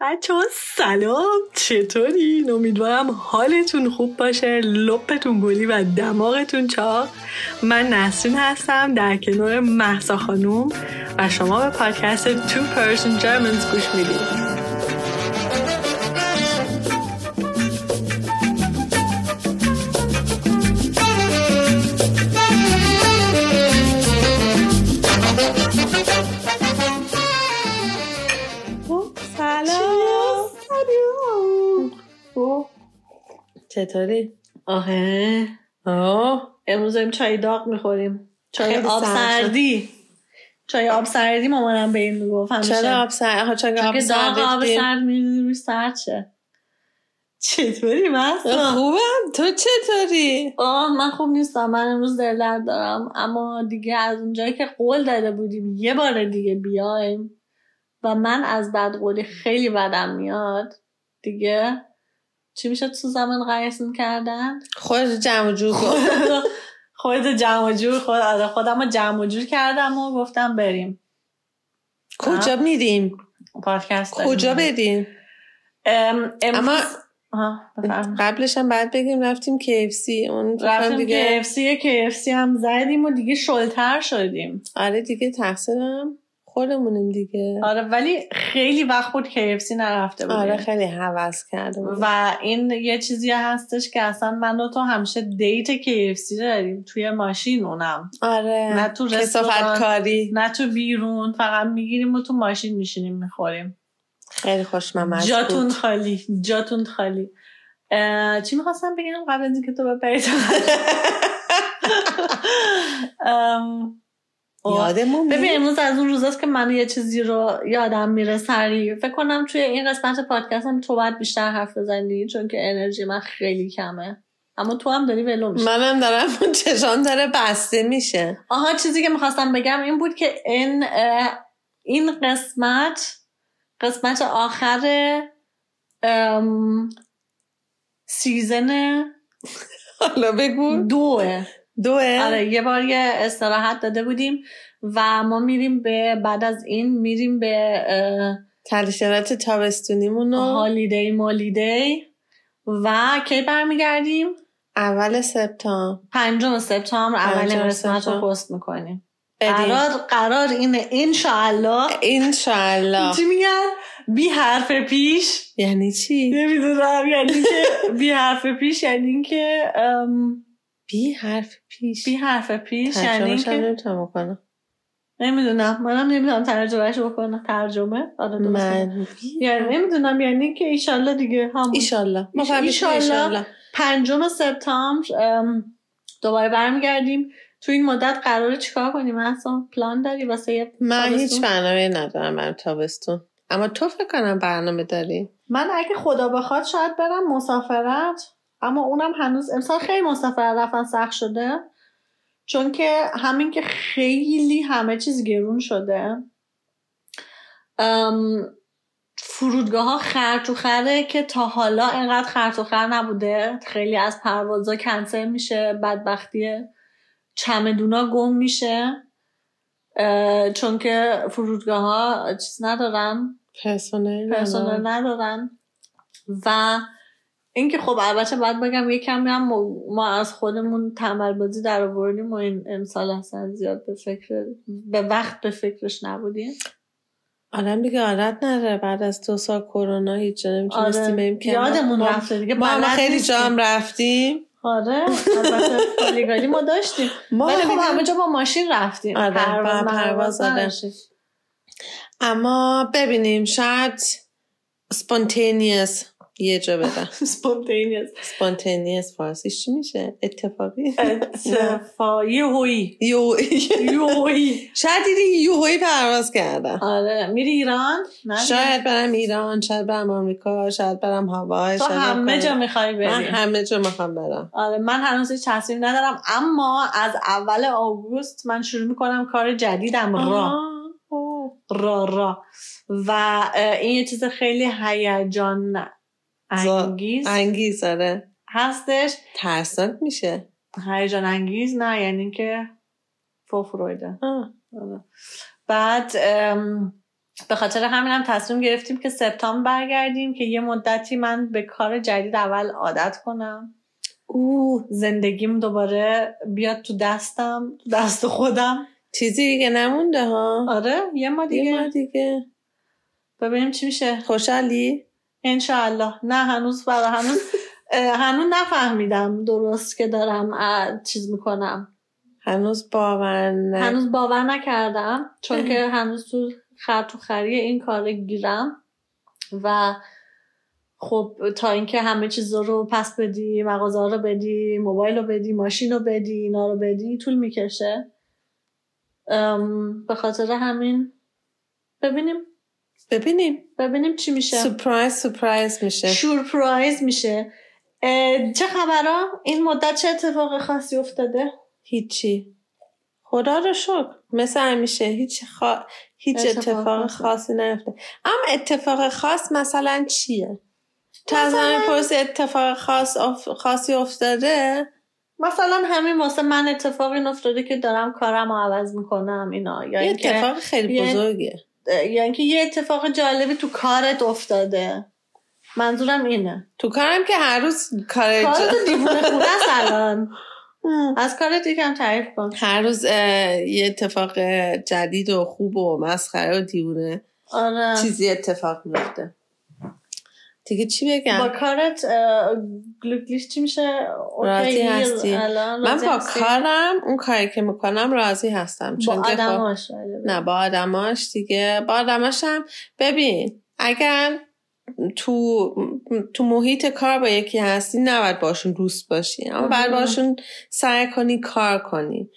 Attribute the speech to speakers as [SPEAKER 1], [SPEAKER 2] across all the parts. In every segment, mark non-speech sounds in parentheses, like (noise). [SPEAKER 1] بچه ها سلام چطورین امیدوارم حالتون خوب باشه لپتون گلی و دماغتون چاق من نسرین هستم در کنار محسا خانوم و شما به پادکست Two Person Germans گوش میدید سلام
[SPEAKER 2] چطوری؟
[SPEAKER 1] آهه
[SPEAKER 2] آه
[SPEAKER 1] امروز داریم چای داغ میخوریم چای
[SPEAKER 2] خیلی
[SPEAKER 1] آب
[SPEAKER 2] سرد شد.
[SPEAKER 1] سردی چای آب سردی مامانم به این میگفت همیشه
[SPEAKER 2] چرا آب سر آها، چرا آب
[SPEAKER 1] چون که داغ آب
[SPEAKER 2] ریختی؟
[SPEAKER 1] سرد میریزی روش سرد شه چطوری مثلا
[SPEAKER 2] خوبم تو چطوری؟
[SPEAKER 1] آه من خوب نیستم من امروز دل درد دارم اما دیگه از اونجایی که قول داده بودیم یه بار دیگه بیایم و من از بدقولی خیلی بدم میاد دیگه چی میشه تو زمین قیسون کردن (laughs)
[SPEAKER 2] خود جمع و جور کن
[SPEAKER 1] خود جمع و جور خود آره، خودم رو جمع و جور کردم و گفتم بریم
[SPEAKER 2] کجا میریم؟
[SPEAKER 1] پادکست داریم.
[SPEAKER 2] کجا بریم؟
[SPEAKER 1] ام، امروز-
[SPEAKER 2] اما-
[SPEAKER 1] آها، بفرمایید.
[SPEAKER 2] قبلش هم بعد بگیم رفتیم KFC اون فکرم
[SPEAKER 1] رفتیم
[SPEAKER 2] دیگه
[SPEAKER 1] KFC KFC هم زدیم و دیگه شلتر شدیم
[SPEAKER 2] آره دیگه تقصیرم خودمونیم دیگه
[SPEAKER 1] آره ولی خیلی وقت بود KFC نرفته بودیم
[SPEAKER 2] آره خیلی هوس کردم
[SPEAKER 1] و این یه چیزی هستش که اصلا من و تو همیشه دیت KFC داریم توی ماشین اونم
[SPEAKER 2] آره
[SPEAKER 1] نه تو
[SPEAKER 2] کسافت
[SPEAKER 1] رستوران
[SPEAKER 2] کاری
[SPEAKER 1] نه تو بیرون فقط میگیریم و تو ماشین میشینیم میخوریم
[SPEAKER 2] خیلی خوشمزه
[SPEAKER 1] جاتون
[SPEAKER 2] جاتون
[SPEAKER 1] خالی جاتون خالی اه، چی میخواستم بگم قبل از اینکه تو بپری (laughs) تو ام، اوه.
[SPEAKER 2] یادمون
[SPEAKER 1] ببین
[SPEAKER 2] میاد.
[SPEAKER 1] امروز از اون روزاست که من یه چیزی رو یادم میره سریع فکر کنم توی این قسمت پادکست هم تو باید بیشتر حرف بزنی چون که انرژی من خیلی کمه اما تو هم داری ولو میشی
[SPEAKER 2] منم دارم چشام داره بسته میشه
[SPEAKER 1] آها چیزی که میخواستم بگم این بود که این اه، این قسمت قسمت آخر ام، سیزن
[SPEAKER 2] حالا بگو
[SPEAKER 1] دوه
[SPEAKER 2] دوه
[SPEAKER 1] آره یه بار یه استراحت داده بودیم و ما میریم به بعد از این میریم به اه،
[SPEAKER 2] تلشرات تابستونیمون رو
[SPEAKER 1] هالیدی مالیدی و کی برمیگردیم
[SPEAKER 2] اول سپتامبر
[SPEAKER 1] پنجم سپتامبر اولین
[SPEAKER 2] پنجم
[SPEAKER 1] قسمت رو
[SPEAKER 2] سپتامبر.
[SPEAKER 1] پست میکنیم
[SPEAKER 2] بریم
[SPEAKER 1] قرار قرار اینه انشاءالله
[SPEAKER 2] انشالله
[SPEAKER 1] چی میگن بی حرف پیش
[SPEAKER 2] یعنی چی؟
[SPEAKER 1] نمیدونم یعنی که (laughs) بی حرف پیش یعنی اینکه ام،
[SPEAKER 2] بی حرف پیش
[SPEAKER 1] بی حرف پیش یعنی
[SPEAKER 2] ترجمهش هم
[SPEAKER 1] اینکه
[SPEAKER 2] نمیتونم بکنم
[SPEAKER 1] نمیدونم منم نمیدونم ترجمهش بکنم ترجمه آره درست میگم.
[SPEAKER 2] من
[SPEAKER 1] یعنی نمیدونم یعنی که ایشالله دیگه همون
[SPEAKER 2] ایشالله ما فهمیدیم
[SPEAKER 1] ایشالله.
[SPEAKER 2] ایشالله.
[SPEAKER 1] پنجم سپتامبر ام، دوباره برمیگردیم تو این مدت قراره چیکار کنیم اصلا پلان داری واسه یه
[SPEAKER 2] من
[SPEAKER 1] تابستون؟
[SPEAKER 2] هیچ برنامه ندارم برای تابستون اما تو فکر کنم برنامه داری
[SPEAKER 1] من اگه خدا بخواد شاید برم مسافرت اما اونم هنوز امسال خیلی مسافرت رفتن سخت شده چون که همین که خیلی همه چیز گرون شده ام، فرودگاه ها خرط و خره که تا حالا اینقدر خرط و خر نبوده خیلی از پروازا کنسل میشه بدبختی چمدونا گم میشه اه، چون که فرودگاه ها چیز ندارن
[SPEAKER 2] پرسونل
[SPEAKER 1] پرسنل ندارن و اینکه خب البته باید بگم یه کمی هم ما- ما از خودمون تنبل بازی در آوردیم و این امسال اصلا زیاد به فکر به وقت به فکرش نبودیم
[SPEAKER 2] آدم دیگه عادت نداره بعد از دو سال کرونا هیچ جا نمیتونستیم بریم کنار.
[SPEAKER 1] آره. یادمون
[SPEAKER 2] ما-
[SPEAKER 1] رفته دیگه
[SPEAKER 2] ما هم
[SPEAKER 1] بلد
[SPEAKER 2] خیلی
[SPEAKER 1] نیستیم.
[SPEAKER 2] جا هم رفتیم
[SPEAKER 1] آره البته پلیگالی ما داشتیم
[SPEAKER 2] ما
[SPEAKER 1] ولی خب
[SPEAKER 2] دیگه-
[SPEAKER 1] همه جا با ماشین رفتیم
[SPEAKER 2] آره، با
[SPEAKER 1] پرواز
[SPEAKER 2] پرواز آره. (laughs)
[SPEAKER 1] نداشتیم.
[SPEAKER 2] اما ببینیم شاید سپونتینیس یه جا بدن
[SPEAKER 1] (laughs) Spontaneous.
[SPEAKER 2] سپونتینیس فارسیش چی میشه اتفاقی
[SPEAKER 1] اتفاق- یهویی.
[SPEAKER 2] یو- (laughs)
[SPEAKER 1] یهویی.
[SPEAKER 2] شاید دیدی یوهوی پرواز کردم
[SPEAKER 1] آره میری ایران نه،
[SPEAKER 2] شاید برم ایران شاید برم آمریکا شاید برم هوای
[SPEAKER 1] تو
[SPEAKER 2] شاید برم
[SPEAKER 1] همه جا
[SPEAKER 2] کانادا.
[SPEAKER 1] میخوای
[SPEAKER 2] من
[SPEAKER 1] بری
[SPEAKER 2] همه جا میخوام برم
[SPEAKER 1] آره من هنوز هیچ تصمیم ندارم اما از اول آگوست من شروع میکنم کار جدیدم را
[SPEAKER 2] آه، اوه.
[SPEAKER 1] را را و اه، این یه چیز خیلی هیجان انگیز
[SPEAKER 2] انگیز آره
[SPEAKER 1] هستش
[SPEAKER 2] ترسناک میشه
[SPEAKER 1] هیجان انگیز نه یعنی که فوفرویده
[SPEAKER 2] آه.
[SPEAKER 1] آره. بعد ام، به خاطر همینم تصمیم گرفتیم که سپتامبر برگردیم که یه مدتی من به کار جدید اول عادت کنم او زندگیم دوباره بیاد تو دستم تو دست خودم
[SPEAKER 2] چیزی دیگه نمونده ها
[SPEAKER 1] آره یه ما دیگه,
[SPEAKER 2] یه ما دیگه.
[SPEAKER 1] ببینیم چی میشه
[SPEAKER 2] خوشحالی
[SPEAKER 1] انشاالله نه هنوز برای هنوز هنوز نفهمیدم درست که دارم چیز میکنم
[SPEAKER 2] هنوز باور نه
[SPEAKER 1] هنوز باور نکردم چون که هنوز تو خر تو خری این کار گیرم و خب تا اینکه همه چیز رو پس بدی مغازه رو بدی موبایل رو بدی ماشین رو بدی اینا رو بدی طول میکشه به خاطر همین ببینیم
[SPEAKER 2] ببینیم
[SPEAKER 1] ببینیم چی میشه
[SPEAKER 2] سپرایز سپرایز میشه
[SPEAKER 1] شورپرایز میشه چه خبرها این مدت چه اتفاق خاصی افتاده
[SPEAKER 2] هیچی خدا رو شکر مثل همیشه هیچ, خوا... هیچ اتفاق, اتفاق خاصی نیفته اما اتفاق خاص مثلا چیه تو از
[SPEAKER 1] مثلا-
[SPEAKER 2] من پرسی اتفاق خاص اف- خاصی افتاده
[SPEAKER 1] مثلا همین واسه من اتفاق این افتاده که دارم کارم رو عوض میکنم اینا یا
[SPEAKER 2] یه
[SPEAKER 1] اینکه
[SPEAKER 2] اتفاق خیلی
[SPEAKER 1] یه-
[SPEAKER 2] بزرگه
[SPEAKER 1] یا اینکه یه اتفاق جالبی تو کارت افتاده منظورم اینه
[SPEAKER 2] تو کارم که هر روز کار
[SPEAKER 1] کارت
[SPEAKER 2] جا-
[SPEAKER 1] دیوونه خونه است الان
[SPEAKER 2] ام.
[SPEAKER 1] از کارت یکم تعریف کن
[SPEAKER 2] هر روز اه، یه اتفاق جدید و خوب و مسخره و دیوونه
[SPEAKER 1] آره
[SPEAKER 2] چیزی اتفاق میفته دیگه چی
[SPEAKER 1] با
[SPEAKER 2] بگم
[SPEAKER 1] کارت اه، گلوگلیش چی میشه
[SPEAKER 2] راضی
[SPEAKER 1] اوکی
[SPEAKER 2] هستی.
[SPEAKER 1] الان
[SPEAKER 2] من
[SPEAKER 1] راضی
[SPEAKER 2] با
[SPEAKER 1] هستی؟
[SPEAKER 2] کارم اون کاری که میکنم راضی هستم چون
[SPEAKER 1] با
[SPEAKER 2] که خب-
[SPEAKER 1] آدماش
[SPEAKER 2] نه با آدماش دیگه با آدماش هم ببین اگر تو تو محیط کار با یکی هستی نباید باشون دوست باشی اما باید
[SPEAKER 1] آها.
[SPEAKER 2] باشون سعی کنی کار کنی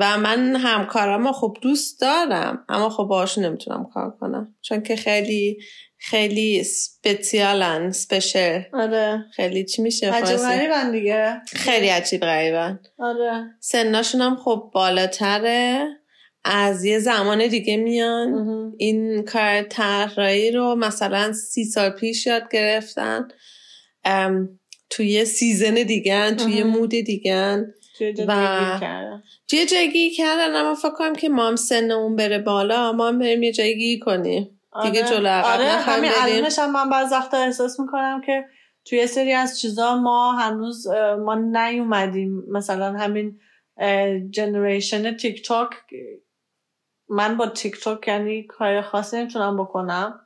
[SPEAKER 2] و من همکارم خب دوست دارم اما خب باشون نمیتونم کار کنم چون که خیلی خیلی سپسیالن سپشل
[SPEAKER 1] آره
[SPEAKER 2] خیلی چی میشه
[SPEAKER 1] عجب
[SPEAKER 2] فارسی
[SPEAKER 1] غریبن دیگه
[SPEAKER 2] خیلی عجیب غریبن
[SPEAKER 1] آره
[SPEAKER 2] سناشون هم خب بالاتره از یه زمان دیگه میان
[SPEAKER 1] مهم.
[SPEAKER 2] این کار طراحی رو مثلا سی سال پیش یاد گرفتن ام، توی یه سیزن دیگه توی یه
[SPEAKER 1] مهم.
[SPEAKER 2] مود دیگه
[SPEAKER 1] توی جا
[SPEAKER 2] و-
[SPEAKER 1] دیگه کردم.
[SPEAKER 2] یه جایگی کردن اما فکر کنم که ما هم سنمون بره بالا ما هم بریم یه جایگی کنیم دیگه
[SPEAKER 1] آره.
[SPEAKER 2] جلو عقب
[SPEAKER 1] آره
[SPEAKER 2] نخواهیم
[SPEAKER 1] همین
[SPEAKER 2] بریم.
[SPEAKER 1] الانش هم من بعض وقتا احساس میکنم که توی یه سری از چیزا ما هنوز اه، ما نیومدیم مثلا همین جنریشن تیک تاک من با تیک تاک یعنی کار خاصی نمیتونم بکنم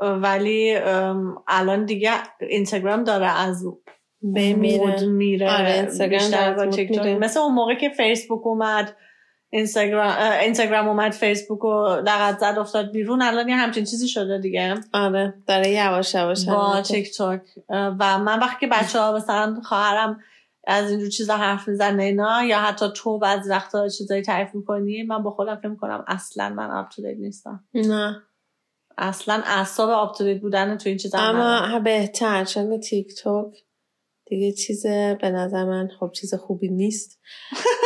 [SPEAKER 1] اه، ولی ام، الان دیگه اینستاگرام داره از
[SPEAKER 2] بین میره.
[SPEAKER 1] مود میره
[SPEAKER 2] آره، اینستاگرام
[SPEAKER 1] بیشتر
[SPEAKER 2] داره از
[SPEAKER 1] با
[SPEAKER 2] مود
[SPEAKER 1] تیک تاک.
[SPEAKER 2] میره.
[SPEAKER 1] مثل اون موقع که فیسبوک اومد اینستاگرام اه، اینستاگرام اومد فیسبوک و لغت زد افتاد بیرون الان یه همین چیزی شده دیگه
[SPEAKER 2] آره داره یواش یواش
[SPEAKER 1] با
[SPEAKER 2] همینطور.
[SPEAKER 1] تیک تاک اه، و من وقتی که بچه ها مثلا خواهرم از اینجور چیزا حرف میزنه اینا یا حتی تو بعضی وقتا چیزایی تعریف میکنی من با خودم فکر میکنم اصلا من آپ نیستم
[SPEAKER 2] نه
[SPEAKER 1] اصلا اعصاب آپ بودن تو این چیزا هم ندارم.
[SPEAKER 2] اما بهتر چون که تیک تاک دیگه چیز به نظر من خب چیز خوبی نیست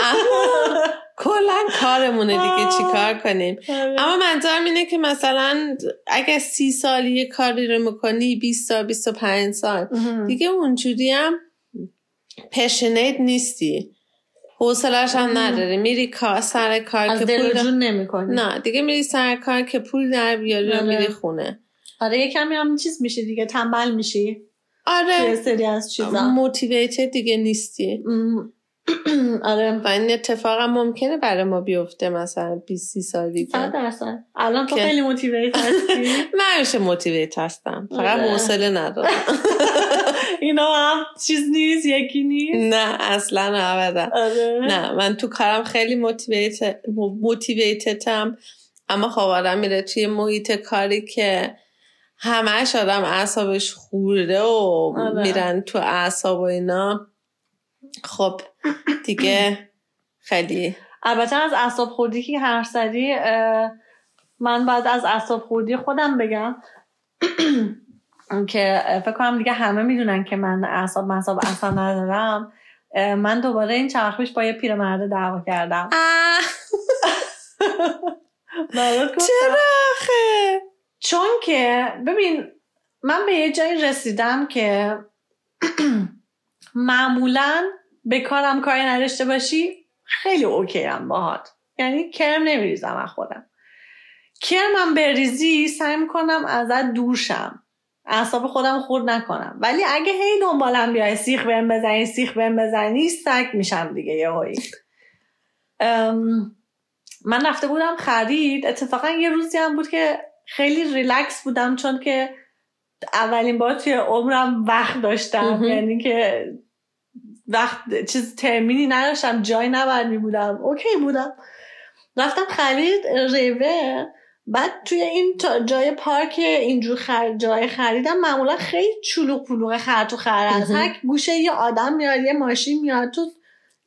[SPEAKER 2] اما کلا کارمونه دیگه چیکار کنیم اما منظورم اینه که مثلا اگر سی سال یه کاری رو میکنی 20 سال 25 سال
[SPEAKER 1] مهم.
[SPEAKER 2] دیگه اونجوری هم پشنت نیستی حوصلش هم نداری میری کار سر کار
[SPEAKER 1] از
[SPEAKER 2] که
[SPEAKER 1] دل و
[SPEAKER 2] پول
[SPEAKER 1] جون نمیکنی
[SPEAKER 2] نه دیگه میری سر کار که پول در بیاری و
[SPEAKER 1] آره.
[SPEAKER 2] میری خونه
[SPEAKER 1] آره یه کمی هم چیز میشی دیگه تنبل میشی یه
[SPEAKER 2] آره
[SPEAKER 1] سری از چیزا
[SPEAKER 2] موتیویتد دیگه نیستی
[SPEAKER 1] م، آره
[SPEAKER 2] و این اتفاق هم ممکنه برای ما بیفته مثلا 20 30 سال دیگه
[SPEAKER 1] صد درصد الان تو
[SPEAKER 2] که-
[SPEAKER 1] خیلی
[SPEAKER 2] (laughs)
[SPEAKER 1] موتیویت هستی
[SPEAKER 2] من همیشه موتیویت هستم فقط
[SPEAKER 1] آره.
[SPEAKER 2] حوصله
[SPEAKER 1] (laughs)
[SPEAKER 2] ندارم
[SPEAKER 1] اینا هم چیز نیست یکی نیست
[SPEAKER 2] نه اصلا ابدا
[SPEAKER 1] آره
[SPEAKER 2] نه من تو کارم خیلی موتیویت موتیویتتم اما خب آدم میره توی محیط کاری که همش آدم اعصابش خورده و
[SPEAKER 1] آره.
[SPEAKER 2] میرن تو اعصاب و اینا خب دیگه خیلی
[SPEAKER 1] البته از اعصاب خوردی که حرف زدی اه، من بعد از اعصاب خوردی خودم بگم (clears throat) که اه، فکر کنم دیگه همه میدونن که من اعصاب مصاب اصلا ندارم اه، من دوباره این چند وقت پیش با یه پیرمرد دعوا
[SPEAKER 2] (laughs)
[SPEAKER 1] کردم
[SPEAKER 2] آه،
[SPEAKER 1] برات گفتم.
[SPEAKER 2] چرا آخه
[SPEAKER 1] چون که ببین من به یه جایی رسیدم که (clears throat) معمولا به کارم کاری نداشته باشی خیلی اوکی هم باهات یعنی کرم نمیریزم از خودم کرمم بریزی سعی میکنم ازت دور شم اعصاب خودم خورد نکنم ولی اگه هی دنبالم بیای سیخ بهم بزنی سیخ بهم بزنی سگ میشم دیگه یهویی ام، من رفته بودم خرید اتفاقا یه روزی هم بود که خیلی ریلکس بودم چون که اولین بار توی عمرم وقت داشتم
[SPEAKER 2] مهم.
[SPEAKER 1] یعنی که وقت چیز ترمینی نداشتم جای نبرمی بودم اوکی بودم رفتم خرید ریوه بعد توی این تا- جای پارک اینجور خر... جای خریدم معمولا خیلی چلوق پلوق خر تو خر هست
[SPEAKER 2] مهم.
[SPEAKER 1] هر گوشه یه آدم میاد یه ماشین میاد تو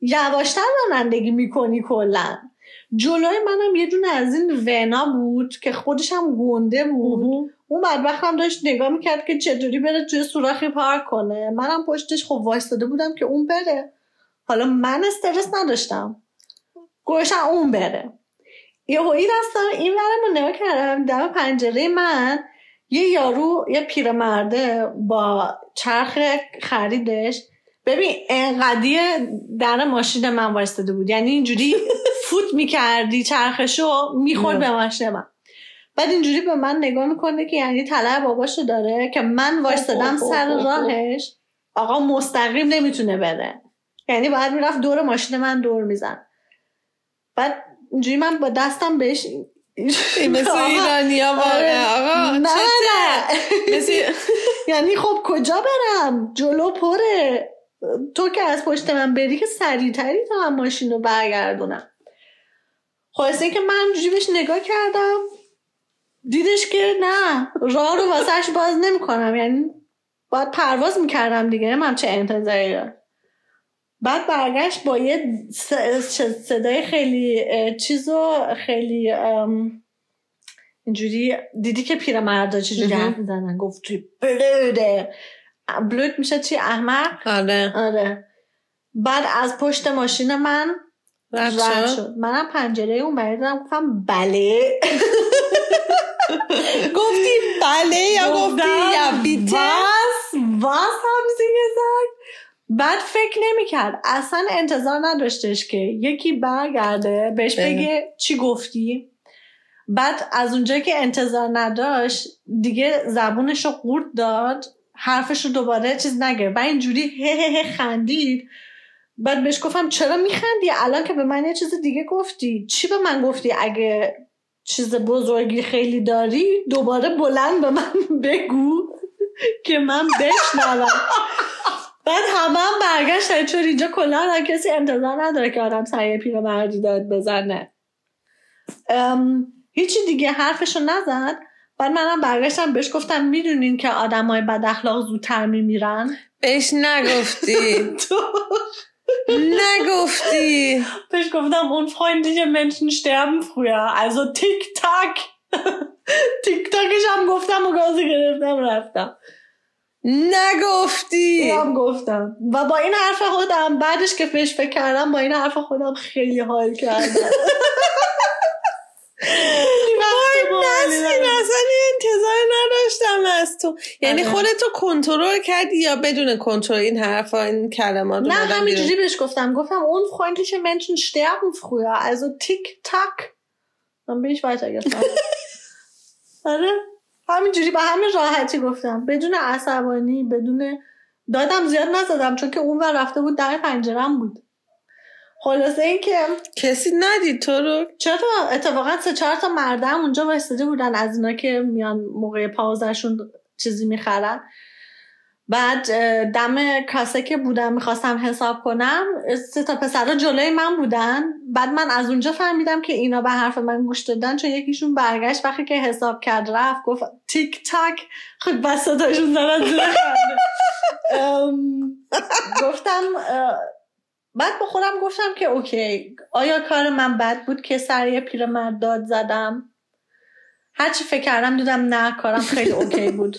[SPEAKER 1] یواشتر رانندگی میکنی کلا جلوی منم یه دونه از این ونا بود که خودش هم گنده بود اون بدبخت هم داشت نگاه میکرد که چطوری بره توی سوراخی پارک کنه منم پشتش خب وایستاده بودم که اون بره حالا من استرس نداشتم گوشم اون بره یه هایی دستم این ورم رو نگاه کردم دم پنجره من یه یارو یه پیرمرده با چرخ خریدش ببین انقدی در ماشین من وایستاده بود یعنی اینجوری (laughs) فوت میکردی چرخشو میخورد به ماشین من بعد اینجوری به من نگاه میکنه که یعنی طلب باباشو داره که من وایستادم سر راهش آقا مستقیم نمیتونه بره یعنی باید میرفت دور ماشین من دور میزن بعد اینجوری من با دستم بهش
[SPEAKER 2] این مثل ایرانی ها واقعا
[SPEAKER 1] آقا
[SPEAKER 2] آقا
[SPEAKER 1] نه نه
[SPEAKER 2] چه- مثل
[SPEAKER 1] یعنی خب کجا برم جلو پره تو که از پشت من بری که سریعتری تا من ماشین رو برگردونم خلاصه که من جوری بهش نگاه کردم دیدش که نه راه رو واسهش باز نمیکنم یعنی باید پرواز میکردم دیگه نمیدونم چه انتظاری داره بعد برگشت با یه س- چه- صدای خیلی اه، چیز و خیلی ام، اینجوری دیدی که پیرمردا چجوری
[SPEAKER 2] مهم.
[SPEAKER 1] حرف میزنن گفت توی بلوده بلود میشه چی احمق
[SPEAKER 2] آره
[SPEAKER 1] آره بعد از پشت ماشین من
[SPEAKER 2] رد
[SPEAKER 1] رد
[SPEAKER 2] شد.
[SPEAKER 1] شد منم پنجره اون بری دادم گفتم بله
[SPEAKER 2] گفتی بله یا گفتی یا بیته
[SPEAKER 1] واس واس هم زیگه زد بعد فکر نمیکرد اصلا انتظار نداشتش که یکی برگرده بهش
[SPEAKER 2] بله.
[SPEAKER 1] بگه چی گفتی بعد از اونجایی که انتظار نداشت دیگه زبونش رو قورت داد حرفش رو دوباره چیز نگه و اینجوری هه هه هه خندید بعد بهش گفتم چرا میخندی الان که به من یه چیز دیگه گفتی چی به من گفتی اگه چیز بزرگی خیلی داری دوباره بلند به من (laughs) بگو که من بشنوم بعد همه هم برگشتن چون اینجا کلا هر کسی انتظار نداره که آدم سعی پیرمردی داد بزنه ام، هیچی دیگه حرفشو نزد بعد منم برگشتم بهش گفتم میدونین که آدم های بد اخلاق زودتر میمیرن
[SPEAKER 2] بهش نگفتی نگفتی
[SPEAKER 1] بهش گفتم اون freundliche Menschen sterben früher also تیک تاک (laughs) تیک تاکش هم گفتم و گازی گرفتم رفتم
[SPEAKER 2] نگفتی
[SPEAKER 1] اینم گفتم و با این حرف خودم بعدش که فش فکر کردم با این حرف خودم خیلی حال کردم
[SPEAKER 2] وای
[SPEAKER 1] بله،
[SPEAKER 2] نسرین اصلا یه انتظار نداشتم از تو یعنی
[SPEAKER 1] آره.
[SPEAKER 2] خودتو کنترل کردی یا بدون کنترل این حرفا این کلمات
[SPEAKER 1] نه
[SPEAKER 2] اومدن بیرون؟
[SPEAKER 1] همینجوری بهش گفتم گفتم اون freundliche Menschen sterben früher also tick tack dann bin ich weitergefahren آره همینجوری به همین راحتی گفتم بدون عصبانی بدون دادم زیاد نزدم چون که اون ور رفته بود در پنجرم بود خلاصه اینکه
[SPEAKER 2] کسی ندید تو رو
[SPEAKER 1] چرا اتفاقا سه چهار تا مردم اونجا وایستاده بودن از اینا که میان موقع پازشون چیزی میخرن بعد اه، دم کاسه که بودم میخواستم حساب کنم سه تا پسرا جلوی من بودن بعد من از اونجا فهمیدم که اینا به حرف من گوش دادن چون یکیشون برگشت وقتی که حساب کرد رفت گفت تیک تاک خود بس صداشون زدن زیر خنده. ام، گفتم اه، بعد با خودم گفتم که اوکی آیا کار من بد بود که سر یه پیرمرد داد زدم هرچی فکر کردم دیدم نه کارم خیلی اوکی بود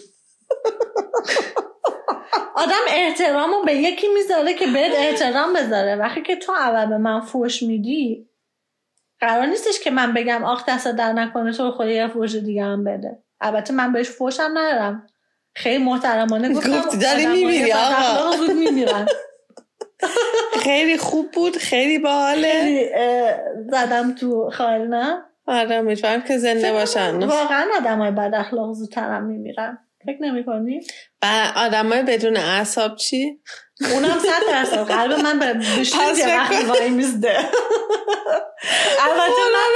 [SPEAKER 1] آدم احترام رو به یکی میذاره که بهت احترام بذاره وقتی که تو اول به من فوش میدی قرار نیستش که من بگم آخ دست در نکنه تو خود یه فوش دیگه هم بده البته من بهش فوشم ندارم خیلی محترمانه گفتم
[SPEAKER 2] گفتی داری
[SPEAKER 1] آدمای
[SPEAKER 2] می‌میری، آقا.
[SPEAKER 1] بد اخلاق زود میمیرن
[SPEAKER 2] خیلی خوب بود خیلی باحاله
[SPEAKER 1] خیلی، اه، زدم تو خال نه
[SPEAKER 2] آره امیدوارم که زنده باشن
[SPEAKER 1] واقعا آدم های بد اخلاق زودتر هم میمیرن فکر نمی کنی؟
[SPEAKER 2] و آدم های بدون اعصاب چی؟
[SPEAKER 1] اونم صد درصد قلب من به بیشتر
[SPEAKER 2] پس
[SPEAKER 1] یه
[SPEAKER 2] فکر
[SPEAKER 1] وقت وای میزده البته
[SPEAKER 2] اونا
[SPEAKER 1] من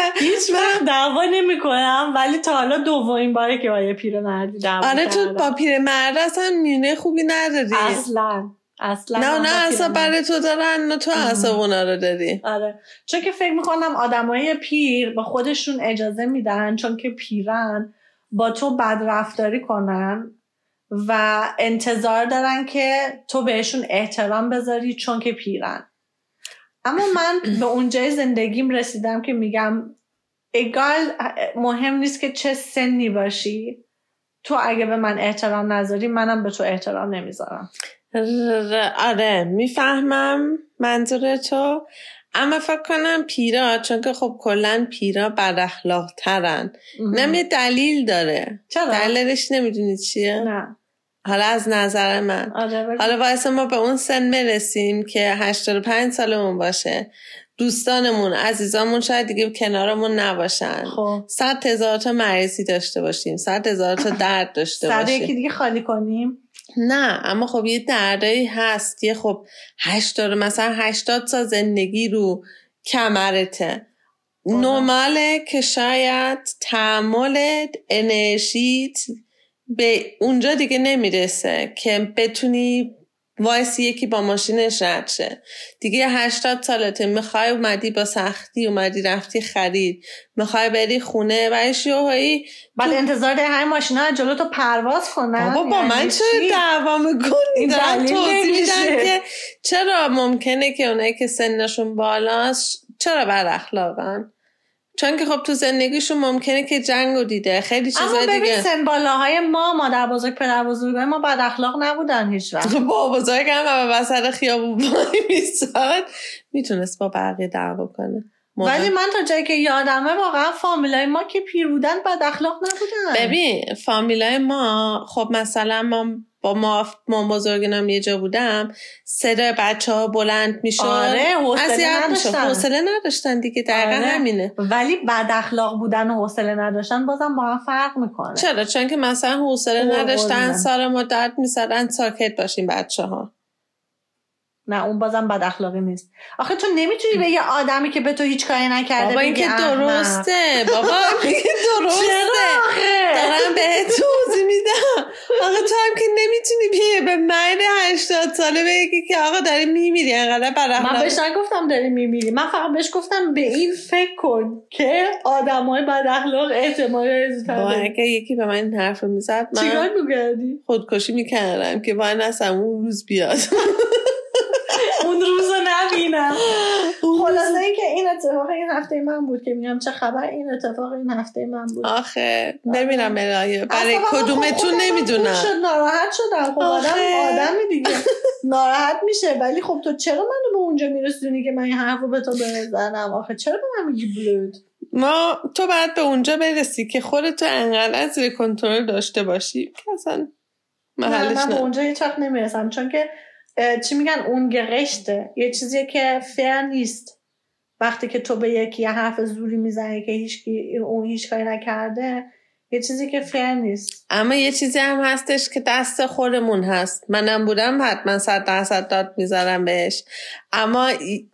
[SPEAKER 2] نکنه
[SPEAKER 1] هیچ وقت دعوا نمی کنم ولی تا حالا دومین باره که با یه پیرمردی دعوا
[SPEAKER 2] آره تو
[SPEAKER 1] کردم.
[SPEAKER 2] با پیرمرد اصلا میونه خوبی نداری
[SPEAKER 1] اصلا اصلا
[SPEAKER 2] نه
[SPEAKER 1] من با
[SPEAKER 2] اونا اصلا
[SPEAKER 1] پیرمرد-
[SPEAKER 2] برای تو دارن نه تو اصلا اونا رو داری
[SPEAKER 1] آره چون که فکر میکنم آدمای پیر با خودشون اجازه میدن چون که پیرن با تو بد رفتاری کنن و انتظار دارن که تو بهشون احترام بذاری چون که پیرن اما من به اونجای زندگیم رسیدم که میگم اگال مهم نیست که چه سنی باشی تو اگه به من احترام نذاری منم به تو احترام نمیذارم
[SPEAKER 2] ر- آره میفهمم منظور تو اما فکر کنم پیرا چون که خب کلا پیرا بد اخلاق ترن نم یه دلیل داره
[SPEAKER 1] چرا؟
[SPEAKER 2] دلیلش نمیدونی چیه
[SPEAKER 1] نه
[SPEAKER 2] حالا از نظر من
[SPEAKER 1] آره بگو.
[SPEAKER 2] حالا باعث ما به اون سن برسیم که 85 سالمون باشه دوستانمون عزیزامون شاید دیگه کنارمون نباشن
[SPEAKER 1] خب
[SPEAKER 2] صد هزار تا مریضی داشته باشیم صد هزار تا درد داشته
[SPEAKER 1] سر
[SPEAKER 2] باشیم
[SPEAKER 1] یکی دیگه خالی کنیم
[SPEAKER 2] نه اما خب یه دردایی هست یه خب هشتاد مثلا هشتاد سال زندگی رو کمرته
[SPEAKER 1] آره.
[SPEAKER 2] نرماله که شاید تحمل انرژیت به اونجا دیگه نمیرسه که بتونی وایسی یکی با ماشینش رد شه دیگه هشتاد سالته میخوای اومدی با سختی اومدی رفتی خرید میخوای بری خونه و یه
[SPEAKER 1] بعد انتظار داری همه ماشینا از جلو تو پرواز کنن
[SPEAKER 2] بابا با
[SPEAKER 1] یعنی
[SPEAKER 2] من
[SPEAKER 1] چی؟
[SPEAKER 2] چرا دعوا میکنی
[SPEAKER 1] این
[SPEAKER 2] دارم
[SPEAKER 1] دلیل
[SPEAKER 2] توضیح
[SPEAKER 1] نمیشه.
[SPEAKER 2] میدم که چرا ممکنه که اونایی که سنشون بالاست چرا بر اخلاقن چون که خب تو زندگیشون ممکنه که جنگ رو دیده خیلی
[SPEAKER 1] اما
[SPEAKER 2] چیزای
[SPEAKER 1] ببین
[SPEAKER 2] دیگه
[SPEAKER 1] سن بالاهای ما مادر بزرگ پدر بزرگ ما بد اخلاق نبودن هیچ
[SPEAKER 2] (laughs)
[SPEAKER 1] وقت
[SPEAKER 2] با بزرگم و به وسط خیابون وای میساد میتونست با بقیه دعوا کنه مادر.
[SPEAKER 1] ولی من تا جایی که یادمه واقعا فامیلای ما که پیر بودن بد اخلاق نبودن
[SPEAKER 2] ببین فامیلای ما خب مثلا ما با ما مام بزرگینم یه جا بودم صدای بچه ها بلند میشد
[SPEAKER 1] آره، حوصله نداشتن.
[SPEAKER 2] حوصله نداشتن دیگه دقیقا
[SPEAKER 1] آره.
[SPEAKER 2] همینه
[SPEAKER 1] ولی بد اخلاق بودن و حوصله نداشتن بازم با هم فرق میکنه
[SPEAKER 2] چرا چون که مثلا حوصله
[SPEAKER 1] اوه،
[SPEAKER 2] نداشتن
[SPEAKER 1] قربونم.
[SPEAKER 2] سال ما درد میزدن ساکت باشیم بچه ها
[SPEAKER 1] نه اون بازم بد اخلاقی نیست آخه تو نمیتونی به یه آدمی که به تو هیچ کاری نکرده
[SPEAKER 2] بابا این
[SPEAKER 1] بگی
[SPEAKER 2] که
[SPEAKER 1] احمق.
[SPEAKER 2] درسته بابا
[SPEAKER 1] (laughs)
[SPEAKER 2] میگه درسته
[SPEAKER 1] چرا آخه؟
[SPEAKER 2] دارم بهت توضیح میدم آقا تو هم که نمیتونی بیه به مرد 80 ساله بگی که آقا داری میمیری انقدر
[SPEAKER 1] من
[SPEAKER 2] برای
[SPEAKER 1] بهش نگفتم داری میمیری من فقط بهش گفتم به این فکر کن که آدم های بد اخلاق احتمال زودتر
[SPEAKER 2] با
[SPEAKER 1] برن.
[SPEAKER 2] اگه یکی به من این حرف رو میزد
[SPEAKER 1] چیکار
[SPEAKER 2] من
[SPEAKER 1] میکردی
[SPEAKER 2] خودکشی میکردم که باید نستم اون روز بیاد
[SPEAKER 1] اون روز رو نبینم
[SPEAKER 2] اون روز-
[SPEAKER 1] خلاصه اینکه این اتفاق این هفته من بود که میگم چه خبر این اتفاق این هفته من بود
[SPEAKER 2] آخه نمیرم الهه برای
[SPEAKER 1] اصلا من آره. خب
[SPEAKER 2] آره، کدومتون
[SPEAKER 1] خودم خوب
[SPEAKER 2] نمیدونم
[SPEAKER 1] شد ناراحت شدم خب آدم
[SPEAKER 2] آخه.
[SPEAKER 1] آدمی
[SPEAKER 2] (laughs)
[SPEAKER 1] دیگه ناراحت میشه ولی خب تو چرا منو به اونجا میرسونی که من این حرف رو به تو بزنم آخه چرا به من میگی بلود
[SPEAKER 2] ما تو باید به اونجا برسی که خودتو انقدر زیر کنترل داشته باشی که اصلا
[SPEAKER 1] نه
[SPEAKER 2] محلش
[SPEAKER 1] من به
[SPEAKER 2] نه
[SPEAKER 1] اونجا هیچ وقت نمیرسم چون که اه، چی میگن اون گرشته یه چیزی که فیر نیست وقتی که تو به یکی یه حرف زوری میزنی که هیچ اون هیچ کاری نکرده یه چیزی که فیر نیست
[SPEAKER 2] اما یه چیزی هم هستش که دست خودمون هست منم بودم حتما صد درصد داد میذارم بهش اما ای-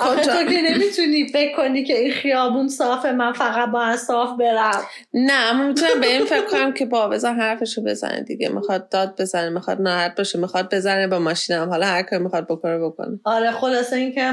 [SPEAKER 1] آخه
[SPEAKER 2] کنترل-
[SPEAKER 1] تو که نمیتونی فکر کنی که این خیابون صافه من فقط باید صاف برم
[SPEAKER 2] نه اما میتونم به این فکر کنم که با بذار حرفشو بزنه دیگه میخواد داد بزنه میخواد ناراحت باشه میخواد بزنه با ماشینم حالا هر کاری میخواد بکنه بکنه
[SPEAKER 1] آره خلاصه اینکه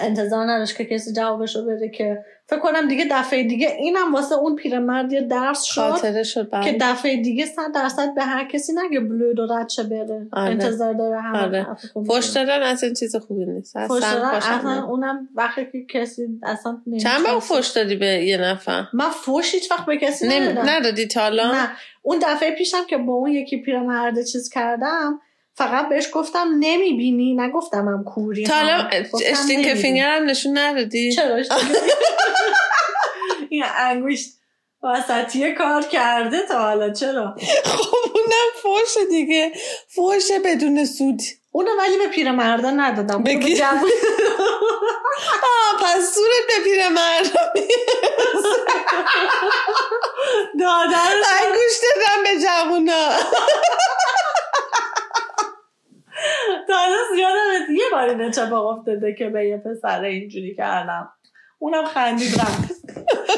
[SPEAKER 1] انتظار نداشت که کسی جوابشو بده که فکر کنم دیگه دفعه دیگه اینم واسه اون پیرمرد یه درس شد
[SPEAKER 2] خاطره شد
[SPEAKER 1] که
[SPEAKER 2] برام
[SPEAKER 1] دفعه دیگه صد درصد به هر کسی نگه بلود و رد شه بره
[SPEAKER 2] آره.
[SPEAKER 1] انتظار داره همه
[SPEAKER 2] آره.
[SPEAKER 1] طرف کن
[SPEAKER 2] فش
[SPEAKER 1] بشه.
[SPEAKER 2] دادن اصلا چیز خوبی نیست
[SPEAKER 1] فحش دادن
[SPEAKER 2] اصلا خوشم
[SPEAKER 1] اصلا
[SPEAKER 2] نمیاد.
[SPEAKER 1] اونم وقتی که کسی اصلا نمی‌شناسه.
[SPEAKER 2] چند بار فش دادی به یه نفر
[SPEAKER 1] من فوش هیچ وقت به کسی
[SPEAKER 2] نمی-
[SPEAKER 1] ندادم
[SPEAKER 2] ندادی تا حالا
[SPEAKER 1] نه اون دفعه پیشم که با اون یکی پیرمرد چیز کردم فقط بهش گفتم نمیبینی نگفتم هم کوری
[SPEAKER 2] تا حالا
[SPEAKER 1] هم. گفتم
[SPEAKER 2] اشتینگ
[SPEAKER 1] نمی‌بینی.
[SPEAKER 2] فینگر هم نشون (laughs) ندادی
[SPEAKER 1] چرا اشتینگ؟ این انگشت وسطیه کار کرده تا حالا چرا
[SPEAKER 2] خب اونم فوش دیگه فوش بدون سود
[SPEAKER 1] اونو ولی به پیرمردا ندادم
[SPEAKER 2] به کی؟
[SPEAKER 1] جوون-
[SPEAKER 2] آه پس صورت به پیر مردم (laughs)
[SPEAKER 1] دادن
[SPEAKER 2] من گوش دادم به جوونا
[SPEAKER 1] آره. تا حالا یادم یه بار این اتفاق افتاده که به یه پسر اینجوری کردم اونم خندید
[SPEAKER 2] (laughs)
[SPEAKER 1] رفت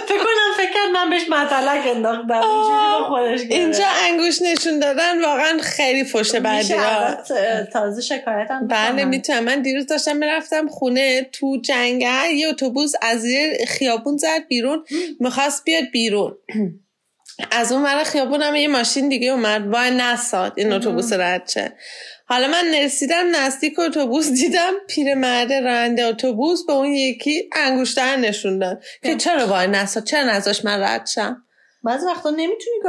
[SPEAKER 1] فکر کنم فکر کرد من بهش مطلق انداختم اینجوری به خودش گرفت.
[SPEAKER 2] اینجا انگوش نشون دادن واقعا خیلی فش بعدی
[SPEAKER 1] خب، میشه
[SPEAKER 2] ها
[SPEAKER 1] ازت تازه شکایتم
[SPEAKER 2] بله
[SPEAKER 1] بکنم.
[SPEAKER 2] میتونم من دیروز داشتم میرفتم خونه تو جنگل یه اتوبوس از یه خیابون زد بیرون میخواست بیاد بیرون از اون ور خیابون هم یه ماشین دیگه اومد با نساد این اتوبوس رد شه حالا من رسیدم نزدیک اتوبوس دیدم پیرمرد راننده اتوبوس به اون یکی انگشتر نشون داد که چرا با نساد چرا نذاش من رد شم
[SPEAKER 1] بعضی وقتا نمیتونی که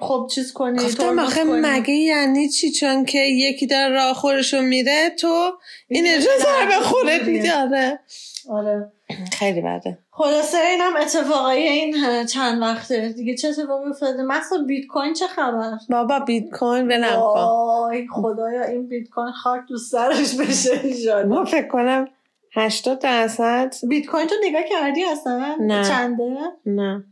[SPEAKER 1] خب چیز کنی
[SPEAKER 2] گفتم
[SPEAKER 1] ترمز
[SPEAKER 2] آخه
[SPEAKER 1] کنی.
[SPEAKER 2] مگه یعنی چی چون که یکی داره راه خورشو میره تو این
[SPEAKER 1] می‌دونی
[SPEAKER 2] اجازه رو به
[SPEAKER 1] لعنت
[SPEAKER 2] خودت
[SPEAKER 1] می‌کنی.
[SPEAKER 2] میدی آره
[SPEAKER 1] آره
[SPEAKER 2] خیلی بده
[SPEAKER 1] خلاصه اینم اتفاقای این چند وقته دیگه چه اتفاقی افتاده مثلا بیت کوین چه خبر
[SPEAKER 2] بابا بیت کوین ولم کن
[SPEAKER 1] وای خدایا این بیت کوین خاک تو سرش بشه ایشالا
[SPEAKER 2] ما فکر کنم 80 درصد
[SPEAKER 1] بیت کوین تو نگاه کردی اصلا
[SPEAKER 2] نه.
[SPEAKER 1] چنده
[SPEAKER 2] نه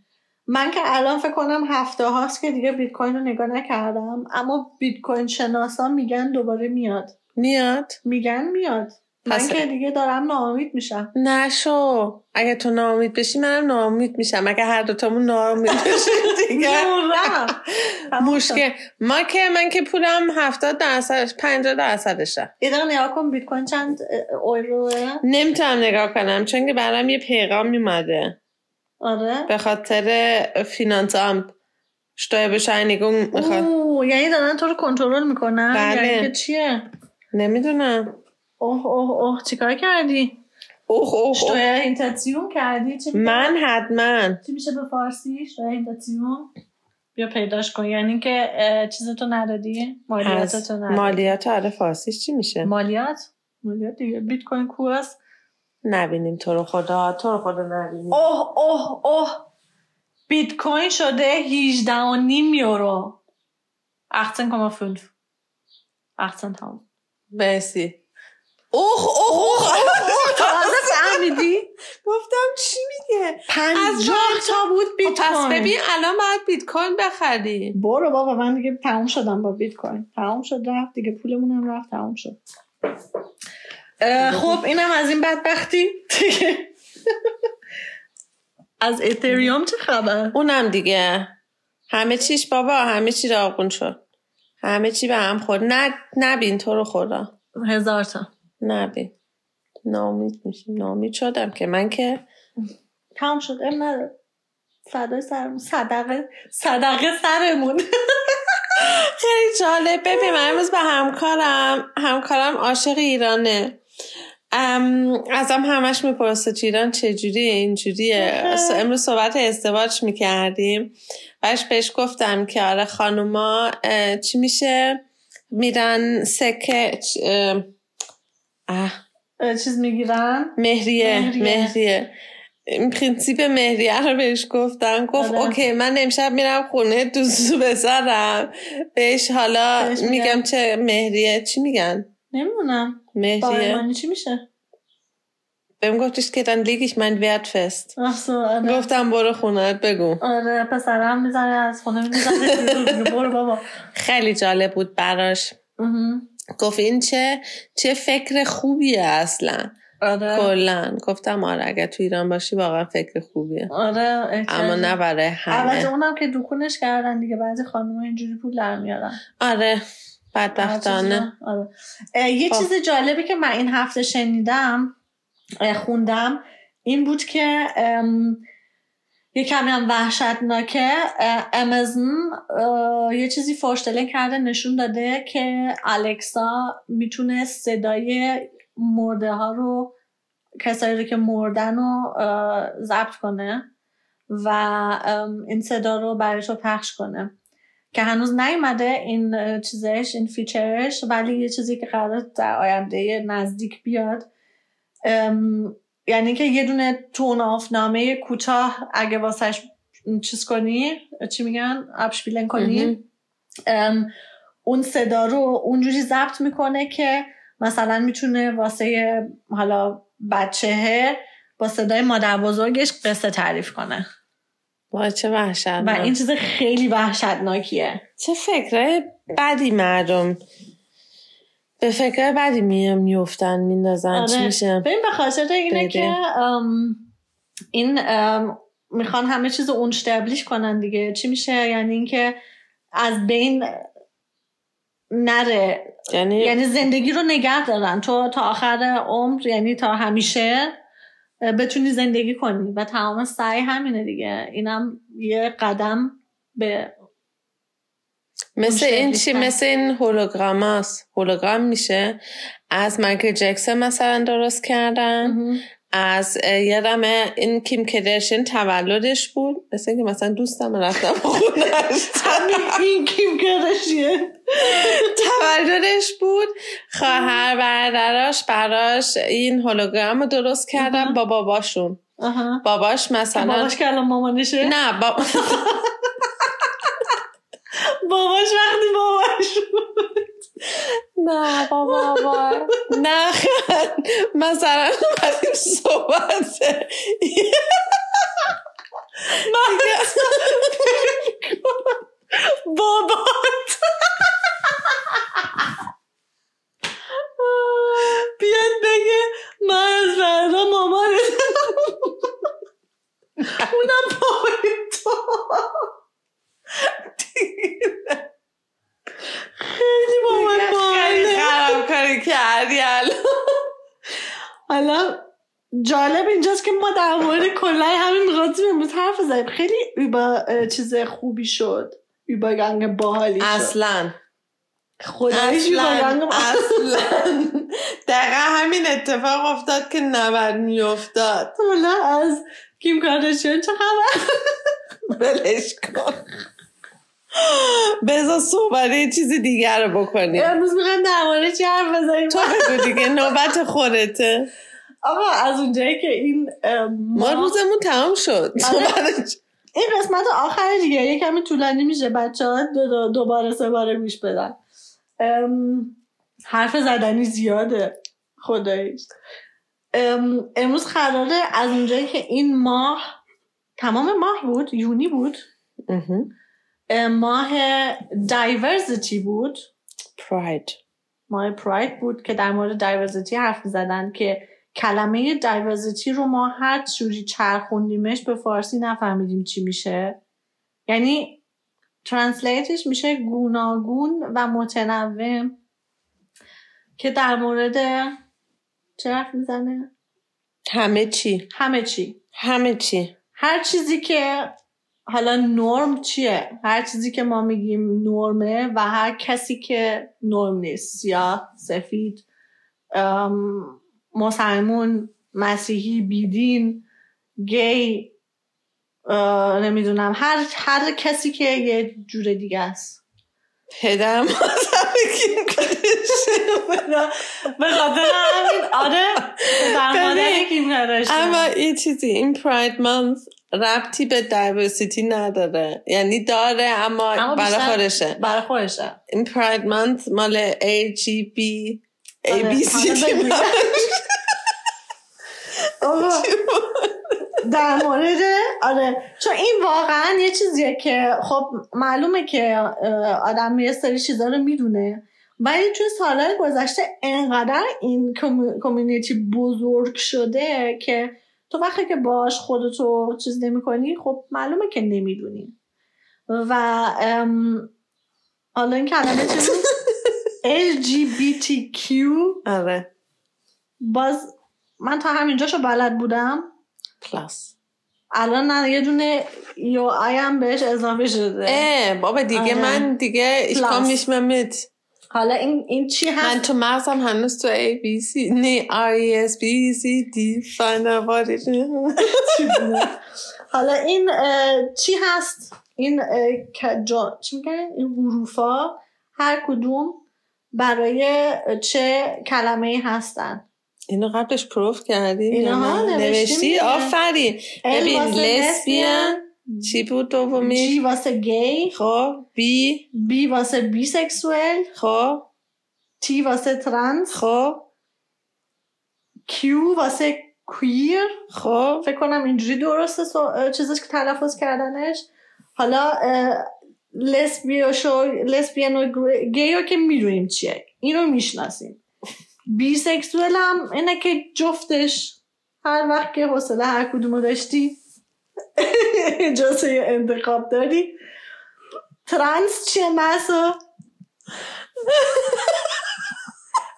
[SPEAKER 1] من که الان فکر کنم هفته هاست که دیگه بیت کوین رو نگاه نکردم اما بیت کوین شناسان میگن دوباره میاد
[SPEAKER 2] میاد
[SPEAKER 1] میگن میاد من
[SPEAKER 2] پس-
[SPEAKER 1] که دیگه دارم ناامید میشم
[SPEAKER 2] نشو اگه تو ناامید بشی منم ناامید میشم اگه هر دوتامون (laughs) ناامید بشیم دیگه
[SPEAKER 1] نورم. تمام شد.
[SPEAKER 2] مشکل ما که من که پولم 70 درصدش 50 درصدشه
[SPEAKER 1] یه دقیقه نگاه کن بیت کوین چند اوروه
[SPEAKER 2] نمیتونم نگاه کنم چون که برام یه پیغام میماده
[SPEAKER 1] آره
[SPEAKER 2] به خاطر فینانسام شتایبشاینیگون میخواد
[SPEAKER 1] اوه یعنی دارن تو رو کنترل میکنن
[SPEAKER 2] بله.
[SPEAKER 1] یعنی که چیه
[SPEAKER 2] نمیدونم
[SPEAKER 1] اوه اوه اوه چیکار کردی
[SPEAKER 2] اوه اوه, اوه.
[SPEAKER 1] شتویا اینتنسیون کردی چی میگن؟
[SPEAKER 2] من حتما
[SPEAKER 1] چی میشه به فارسی شتویا اینتنسیون بیا پیداش کن یعنی که اه، چیزتو ندادی
[SPEAKER 2] از
[SPEAKER 1] مالیاتتو ندادی
[SPEAKER 2] مالیات آره فارسیش چی میشه
[SPEAKER 1] مالیات مالیات دیگه بیت کوین کو است
[SPEAKER 2] نبینیم تو رو خدا تو رو خدا نبینیم
[SPEAKER 1] اوه اوه اوه بیت کوین شده 18.5 یورو 18,5 18 تمام
[SPEAKER 2] مرسی اوه اوه اوه
[SPEAKER 1] تازه فهمیدی
[SPEAKER 2] گفتم چی میگه از
[SPEAKER 1] پنجاه
[SPEAKER 2] راه
[SPEAKER 1] تا بود بیت
[SPEAKER 2] پس
[SPEAKER 1] کوین.
[SPEAKER 2] ببین الان باید بیت کوین بخری
[SPEAKER 1] برو بابا من دیگه تموم شدم با بیت کوین تموم شد رفت دیگه پولمون هم رفت تموم شد اه، خب اینم از این بدبختی (laughs) دیگه از اتریوم چه خبر
[SPEAKER 2] اونم دیگه همه چیش بابا همه چی داغون شد همه چی به هم خورد نه نبین تو رو خدا
[SPEAKER 1] هزار تا
[SPEAKER 2] نبین نامید میشیم نامید شدم که من که
[SPEAKER 1] تموم شد ام نداره فدای سرمون صدقه صدقه سرمون (laughs)
[SPEAKER 2] خیلی جالب ببین من امروز به همکارم همکارم عاشق ایرانه ام، ازم همش میپرسه تو ایران چجوریه اینجوریه س- امروز صحبت ازدواج میکردیم بهش بهش گفتم که آره خانوما اه، چی میشه میرن سکه چ- اه، اه،
[SPEAKER 1] اه، چیز میگیرن
[SPEAKER 2] مهریه
[SPEAKER 1] مهریه.
[SPEAKER 2] مهریه این پرینسیپ مهریه رو بهش گفتم گفت
[SPEAKER 1] آره.
[SPEAKER 2] اوکی من امشب میرم خونه دوستو بزنم بهش حالا
[SPEAKER 1] بهش میگم.
[SPEAKER 2] میگم چه مهریه چی میگن
[SPEAKER 1] نمیدونم
[SPEAKER 2] مهریه
[SPEAKER 1] بایمانی چی میشه
[SPEAKER 2] بهم گفتش که dann lege ich mein Wert fest
[SPEAKER 1] افسو آره.
[SPEAKER 2] گفتم برو خونت بگو
[SPEAKER 1] آره پسرم میزنه از خونه (laughs) میزنه برو بابا
[SPEAKER 2] خیلی جالب بود براش
[SPEAKER 1] اها.
[SPEAKER 2] گفت این چه چه فکر خوبیه اصلا
[SPEAKER 1] آره
[SPEAKER 2] کلا گفتم آره اگه تو ایران باشی واقعا فکر خوبیه
[SPEAKER 1] آره احتیاج.
[SPEAKER 2] اما نه برای
[SPEAKER 1] البته
[SPEAKER 2] همه
[SPEAKER 1] اونم که دکونش کردن دیگه بعضی خانم‌ها اینجوری پول در میارن
[SPEAKER 2] آره بدبختانه
[SPEAKER 1] آره. اه، یه
[SPEAKER 2] خب.
[SPEAKER 1] چیز جالبی که من این هفته شنیدم اه، خوندم این بود که ام، یه کمی هم وحشتناکه امازون یه چیزی فاشتله کرده نشون داده که الکسا میتونه صدای مرده ها رو کسایی رو که مردن رو اه، ضبط کنه و ام، این صدا رو برای تو پخش کنه که هنوز نیومده این اه، چیزش این فیچرش ولی یه چیزی که قرار در آینده نزدیک بیاد ام، یعنی که یه دونه تون آفنامه کوتاه اگه واسش چیز کنی چی میگن ابشپیلن کنی
[SPEAKER 2] مهم.
[SPEAKER 1] ام، اون صدا رو اونجوری ضبط میکنه که مثلا میتونه واسه حالا بچهه با صدای مادر بزرگش قصه تعریف کنه
[SPEAKER 2] وای چه وحشتناک
[SPEAKER 1] و این چیز خیلی وحشتناکیه
[SPEAKER 2] چه فکرهای بدی مردم به فکرهای بدی می میفتن میندازن چی
[SPEAKER 1] آره.
[SPEAKER 2] میشه
[SPEAKER 1] ببین به خاطر اینه
[SPEAKER 2] بده.
[SPEAKER 1] که ام، این ام، میخوان همه چیز رو اونشتبلیش کنن دیگه چی میشه یعنی اینکه از بین نره
[SPEAKER 2] یعنی
[SPEAKER 1] یعنی زندگی رو نگه دارن تو تا آخر عمر یعنی تا همیشه اه، بتونی زندگی کنی و تمام سعی همینه دیگه اینم یه قدم به
[SPEAKER 2] مثل این
[SPEAKER 1] مشابه
[SPEAKER 2] چی
[SPEAKER 1] هست.
[SPEAKER 2] مثل این هولوگرام هست هولوگرام میشه از مایکل جکسون مثلا درست کردن از اه، یادم این کیم کدرشن تولدش بود مثل اینکه مثلا دوستم رفتم خونش
[SPEAKER 1] (laughs) این کیم کردشیه
[SPEAKER 2] تولدش بود خواهر برادراش براش این هولوگرام رو درست کردن
[SPEAKER 1] آها.
[SPEAKER 2] با باباشون باباش مثلا
[SPEAKER 1] باباش که الان مامانشه
[SPEAKER 2] نه با...
[SPEAKER 1] باباش وقتی باباش
[SPEAKER 2] نه بابا بابا (laughs) نه خیر. مثلا اومدیم (laughs) صحبت
[SPEAKER 1] بابات بیاد بگه من از فردا مامانتم اونم بابای تو خیلی با من
[SPEAKER 2] خیلی
[SPEAKER 1] باحاله.
[SPEAKER 2] خراب کاری کردی الان
[SPEAKER 1] حالا جالب اینجاست که ما در مورد کلا همین میخواستیم امروز حرف بزنیم خیلی با چیز خوبی شد یوباگانگ باحالی شد
[SPEAKER 2] اصلا
[SPEAKER 1] خدایش
[SPEAKER 2] اصلا
[SPEAKER 1] یوباگانگ
[SPEAKER 2] اصلا (laughs) دقیقا همین اتفاق افتاد که نبر میافتاد
[SPEAKER 1] حالا از کیم کارداشیان چه خبر
[SPEAKER 2] بلش کن بذار صحبت یه چیز دیگر رو بکنیم
[SPEAKER 1] امروز میخوایم در مورد چی حرف بزنیم
[SPEAKER 2] تو بگو دیگه نوبت خودته
[SPEAKER 1] آقا از اونجایی که این ام،
[SPEAKER 2] ما روزمون تمام شد (laughs)
[SPEAKER 1] آره.
[SPEAKER 2] بعدش-
[SPEAKER 1] این قسمت آخر دیگه یه کمی طولانی میشه بچه ها دو دو دوباره سه باره گوش بدن ام، حرف زدنی زیاده خداییش ام، امروز قراره از اونجایی که این ماه تمام ماه بود یونی بود ام، ماه دایورزیتی بود
[SPEAKER 2] پراید
[SPEAKER 1] ماه پراید بود که در مورد دایورزیتی حرف زدن که کلمه دایورزیتی رو ما هر جوری چرخوندیمش به فارسی نفهمیدیم چی میشه یعنی ترنسلیتش میشه گوناگون و متنوع که در مورد چه حرف میزنه
[SPEAKER 2] همه چی
[SPEAKER 1] همه چی
[SPEAKER 2] همه چی
[SPEAKER 1] هر چیزی که حالا نرم چیه هر چیزی که ما میگیم نرمه و هر کسی که نرم نیست یا سفید ام، مسلمون مسیحی بیدین گی اه، نمیدونم هر هر کسی که یه جور دیگه است
[SPEAKER 2] پدرم (laughs) مذهب
[SPEAKER 1] به خاطر همین آره در مادر
[SPEAKER 2] ببین،
[SPEAKER 1] کیم کارداشیان.
[SPEAKER 2] اما یه چیزی این پراید مانت ربطی به دایورسیتی نداره یعنی داره اما,
[SPEAKER 1] اما
[SPEAKER 2] برای
[SPEAKER 1] بیشتر
[SPEAKER 2] خودشه
[SPEAKER 1] برای خودشه
[SPEAKER 2] این پراید مانت مال A G B A
[SPEAKER 1] آره،
[SPEAKER 2] B
[SPEAKER 1] همه
[SPEAKER 2] C
[SPEAKER 1] بگو.
[SPEAKER 2] (laughs)
[SPEAKER 1] آقا، در مورد آره چون این واقعا یه چیزیه که خب معلومه که اه، آدم یه سری چیزا رو میدونه ولی توی سالهای گذشته انقدر این کامی- کامیونیتی بزرگ شده که تو وقتی که باش خودتو چیز نمی کنی خب معلومه که نمیدونی و ام، حالا این کلمه چی بود؟
[SPEAKER 2] (laughs)
[SPEAKER 1] LGBTQ
[SPEAKER 2] آره
[SPEAKER 1] باز من تا همینجاشو بلد بودم
[SPEAKER 2] پلاس
[SPEAKER 1] الان نه یه دونه یو آی هم بهش اضافه شده
[SPEAKER 2] اه بابا دیگه
[SPEAKER 1] آره.
[SPEAKER 2] من دیگه ich
[SPEAKER 1] Plus.
[SPEAKER 2] komm nicht mehr mit
[SPEAKER 1] حالا این این چی
[SPEAKER 2] من
[SPEAKER 1] هست
[SPEAKER 2] تو مغزم هنوز تو A B C نه I S B C D find out what it is. (laughs)
[SPEAKER 1] حالا این اه، چی هست این اه، که جا- چی میگن این حروفا هر کدوم برای چه کلمه ای هستن
[SPEAKER 2] اینو قبلش پروف کردی
[SPEAKER 1] اینها نوشتیم
[SPEAKER 2] نوشتی
[SPEAKER 1] دیگه.
[SPEAKER 2] آفرین
[SPEAKER 1] L
[SPEAKER 2] ببین
[SPEAKER 1] واسه
[SPEAKER 2] لسبیان چی بود
[SPEAKER 1] G
[SPEAKER 2] دومی
[SPEAKER 1] واسه گی
[SPEAKER 2] خب B
[SPEAKER 1] B واسه بیسکسوال
[SPEAKER 2] خب
[SPEAKER 1] تی واسه ترنس
[SPEAKER 2] خب
[SPEAKER 1] کیو واسه کویر
[SPEAKER 2] خب
[SPEAKER 1] فکر کنم اینجوری درسته سو... چیزش که تلفظ کردنش حالا لسبیوشو لسبیان و گیو که میدونیم چیه اینو میشناسیم بیسکسوال هم اینه که جفتش هر وقت که حوصله هر کدومو داشتی (laughs) اجازه انتخاب داری ترنس چیه مسا (laughs)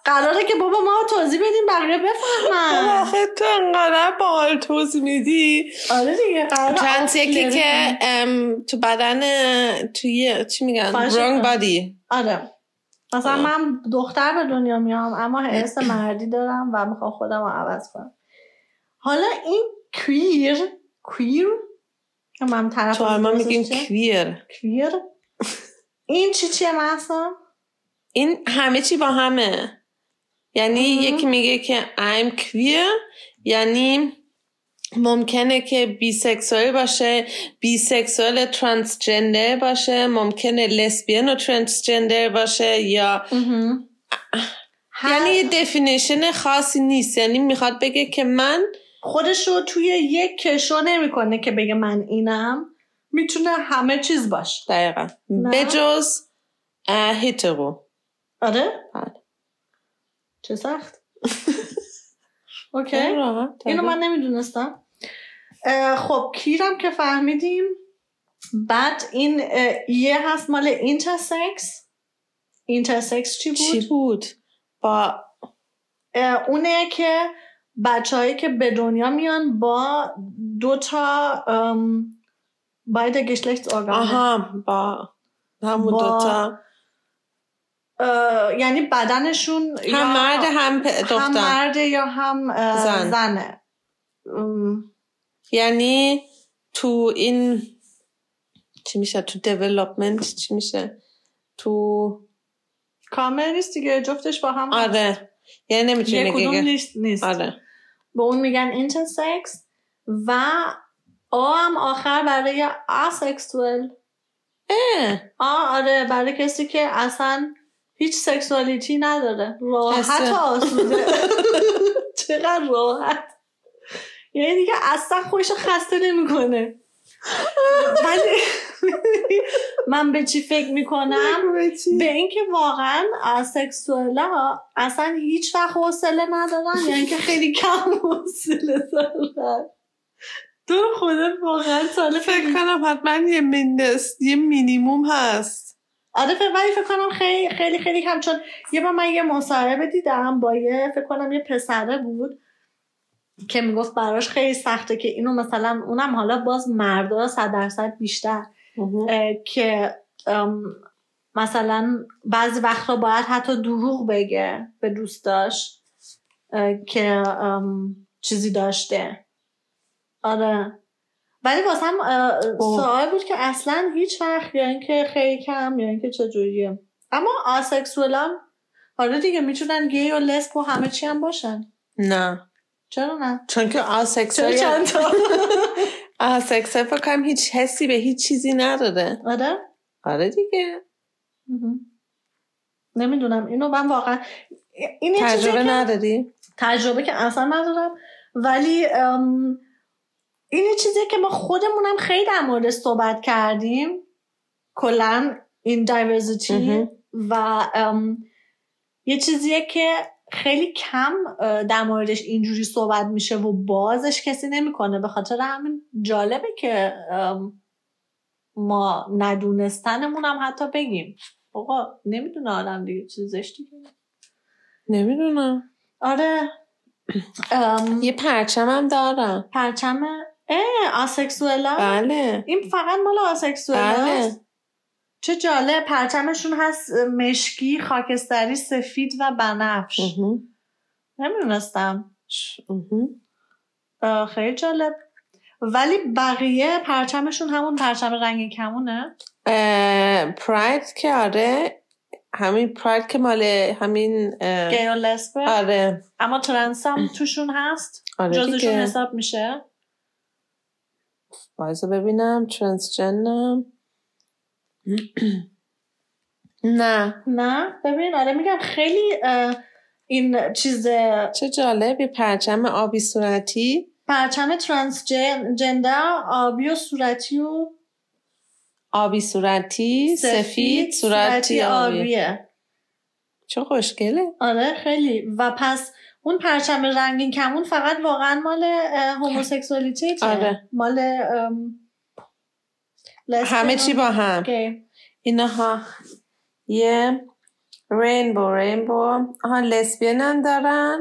[SPEAKER 1] قراره که بابا ما توضیح بدیم بقیه بفهمن
[SPEAKER 2] آخه تو انقدر با توضیح میدی
[SPEAKER 1] (laughs) آره دیگه قراره آره.
[SPEAKER 2] ترنس
[SPEAKER 1] آفیلری
[SPEAKER 2] یکی که
[SPEAKER 1] کنیم.
[SPEAKER 2] ام، تو بدن توی چی میگن
[SPEAKER 1] فاشن.
[SPEAKER 2] رونگ بادی
[SPEAKER 1] آره مثلا
[SPEAKER 2] آه.
[SPEAKER 1] من دختر به دنیا میام اما حس مردی دارم و میخوام خودم رو عوض کنم حالا این کویر کویر که من طرف
[SPEAKER 2] تو آلمان میگیم کویر
[SPEAKER 1] کویر این چی چیه مثلا
[SPEAKER 2] این همه چی با همه یعنی
[SPEAKER 1] آها.
[SPEAKER 2] یکی میگه که I'm queer یعنی ممکنه که بیسکسوال باشه بیسکسوال ترانسجندر باشه ممکنه لسبین و ترانسجندر باشه یا
[SPEAKER 1] هر-
[SPEAKER 2] یعنی یه دفینیشن خاصی نیست یعنی میخواد بگه که من
[SPEAKER 1] خودش رو توی یک کشو نمیکنه که بگه من اینم میتونه همه چیز باشه
[SPEAKER 2] دقیقا
[SPEAKER 1] نه.
[SPEAKER 2] بجز اه، هیترو
[SPEAKER 1] آره
[SPEAKER 2] بله. (laughs)
[SPEAKER 1] چه سخت اوکی
[SPEAKER 2] راحت،
[SPEAKER 1] اینو
[SPEAKER 2] آره.
[SPEAKER 1] من نمیدونستم اه، خب کیرم که فهمیدیم بعد این اه، یه هست مال اینترسکس اینترسکس چی
[SPEAKER 2] چی
[SPEAKER 1] بود؟
[SPEAKER 2] بود با
[SPEAKER 1] اه، اونه که بچههایی که به دنیا میان با دو تا ام، beide Geschlechtsorgane
[SPEAKER 2] آها با همون
[SPEAKER 1] با-
[SPEAKER 2] دوتا
[SPEAKER 1] اه، یعنی بدنشون یا-
[SPEAKER 2] هم مرد هم پ-
[SPEAKER 1] هم
[SPEAKER 2] دختر
[SPEAKER 1] مرده یا هم اه،
[SPEAKER 2] زن.
[SPEAKER 1] زنه ام،
[SPEAKER 2] یعنی تو این چی میشه تو development چی میشه تو
[SPEAKER 1] کامل نیست دیگه جفتش با هم هست.
[SPEAKER 2] آره یعنی نمیتونی
[SPEAKER 1] یه کدوم
[SPEAKER 2] بگی
[SPEAKER 1] نیست نیست
[SPEAKER 2] آره
[SPEAKER 1] به اون میگن اینترسکس و آ هم آخر برای آسکسوال
[SPEAKER 2] اه،
[SPEAKER 1] آ آره برای کسی که اصلا هیچ سکسوالیتی نداره راحت
[SPEAKER 2] خسته.
[SPEAKER 1] و آسوده (laughs) چقدر راحت یعنی دیگه اصلا خوش خسته نمیکنه ولی (laughs) من به چی فکر میکنم به اینکه واقعا اسکسوال ها اصلا هیچ وقت حوصله ندارن یعنی که خیلی کم حوصله دارن تو رو خدا واقعا سال
[SPEAKER 2] فکر کنم حتما یه مندست یه مینیموم هست
[SPEAKER 1] آره فکر ولی فکر کنم خیلی خیلی خیلی کم چون یه بار من یه مصاحبه دیدم با یه فکر کنم یه پسره بود که میگفت براش خیلی سخته که اینو مثلا اونم حالا باز مردا صد درصد بیشتر اه، که ام، مثلا بعضی وقتا باید حتی دروغ بگه به دوستاش اه، که ام، چیزی داشته آره ولی واسه هم اه،
[SPEAKER 2] اوه.
[SPEAKER 1] سوال بود که اصلا هیچ وقت یا اینکه خیلی کم یا اینکه چجوریه اما آسکسوال هم آره دیگه میتونن گی و لسب و همه چی هم باشن
[SPEAKER 2] نه
[SPEAKER 1] چرا نه
[SPEAKER 2] چون که آسکسوال
[SPEAKER 1] چرا چند تا
[SPEAKER 2] (laughs) آسکسوال فکر کنم هیچ حسی به هیچ چیزی نداره
[SPEAKER 1] آره
[SPEAKER 2] آره دیگه
[SPEAKER 1] نمیدونم اینو من واقعا این یه چیزیه
[SPEAKER 2] تجربه
[SPEAKER 1] که-
[SPEAKER 2] نداری
[SPEAKER 1] تجربه که اصلا ندارم ولی ام، این یه چیزیه که ما خودمونم خیلی در مورد صحبت کردیم کلا این دایورسیتی
[SPEAKER 2] مهم.
[SPEAKER 1] و ام، یه چیزیه که خیلی کم اه، در موردش اینجوری صحبت میشه و بازش کسی نمیکنه به خاطر همین جالبه که ام، ما ندونستنمون هم حتی بگیم آقا نمیدونه آدم دیگه چیزش دیگه
[SPEAKER 2] نمیدونم
[SPEAKER 1] آره ام،
[SPEAKER 2] یه پرچمم دارم
[SPEAKER 1] پرچم اه آسکسوالا
[SPEAKER 2] بله
[SPEAKER 1] این فقط مال آسکسوالا
[SPEAKER 2] بله
[SPEAKER 1] چه جالب پرچمشون هست مشکی خاکستری سفید و بنفش
[SPEAKER 2] مهم.
[SPEAKER 1] نمیدونستم
[SPEAKER 2] مهم.
[SPEAKER 1] اه، خیلی جالب ولی بقیه پرچمشون همون پرچم رنگ کمونه
[SPEAKER 2] اه، پراید که آره همین پراید که مال همین اه،
[SPEAKER 1] گی و لسبه
[SPEAKER 2] آره
[SPEAKER 1] اما ترنس هم توشون هست
[SPEAKER 2] آره
[SPEAKER 1] جزشون
[SPEAKER 2] دیگه
[SPEAKER 1] حساب میشه
[SPEAKER 2] بایزو ببینم ترنسجنم (clears throat) نه
[SPEAKER 1] نه ببین آره میگم خیلی اه، این چیز
[SPEAKER 2] چه جالبی پرچم آبی صورتی
[SPEAKER 1] پرچم ترانس جن- جندر آبی و صورتی و
[SPEAKER 2] آبی صورتی سفید صورتی آبی
[SPEAKER 1] آبیه
[SPEAKER 2] چه خوشگله
[SPEAKER 1] آره خیلی و پس اون پرچم رنگین کمون فقط واقعا مال اه، هوموسکسوالیته
[SPEAKER 2] آره.
[SPEAKER 1] مال ام، لسبیان.
[SPEAKER 2] همه چی با هم
[SPEAKER 1] اوکی.
[SPEAKER 2] اینها یه رینبو رینبو آها لسبین هم دارن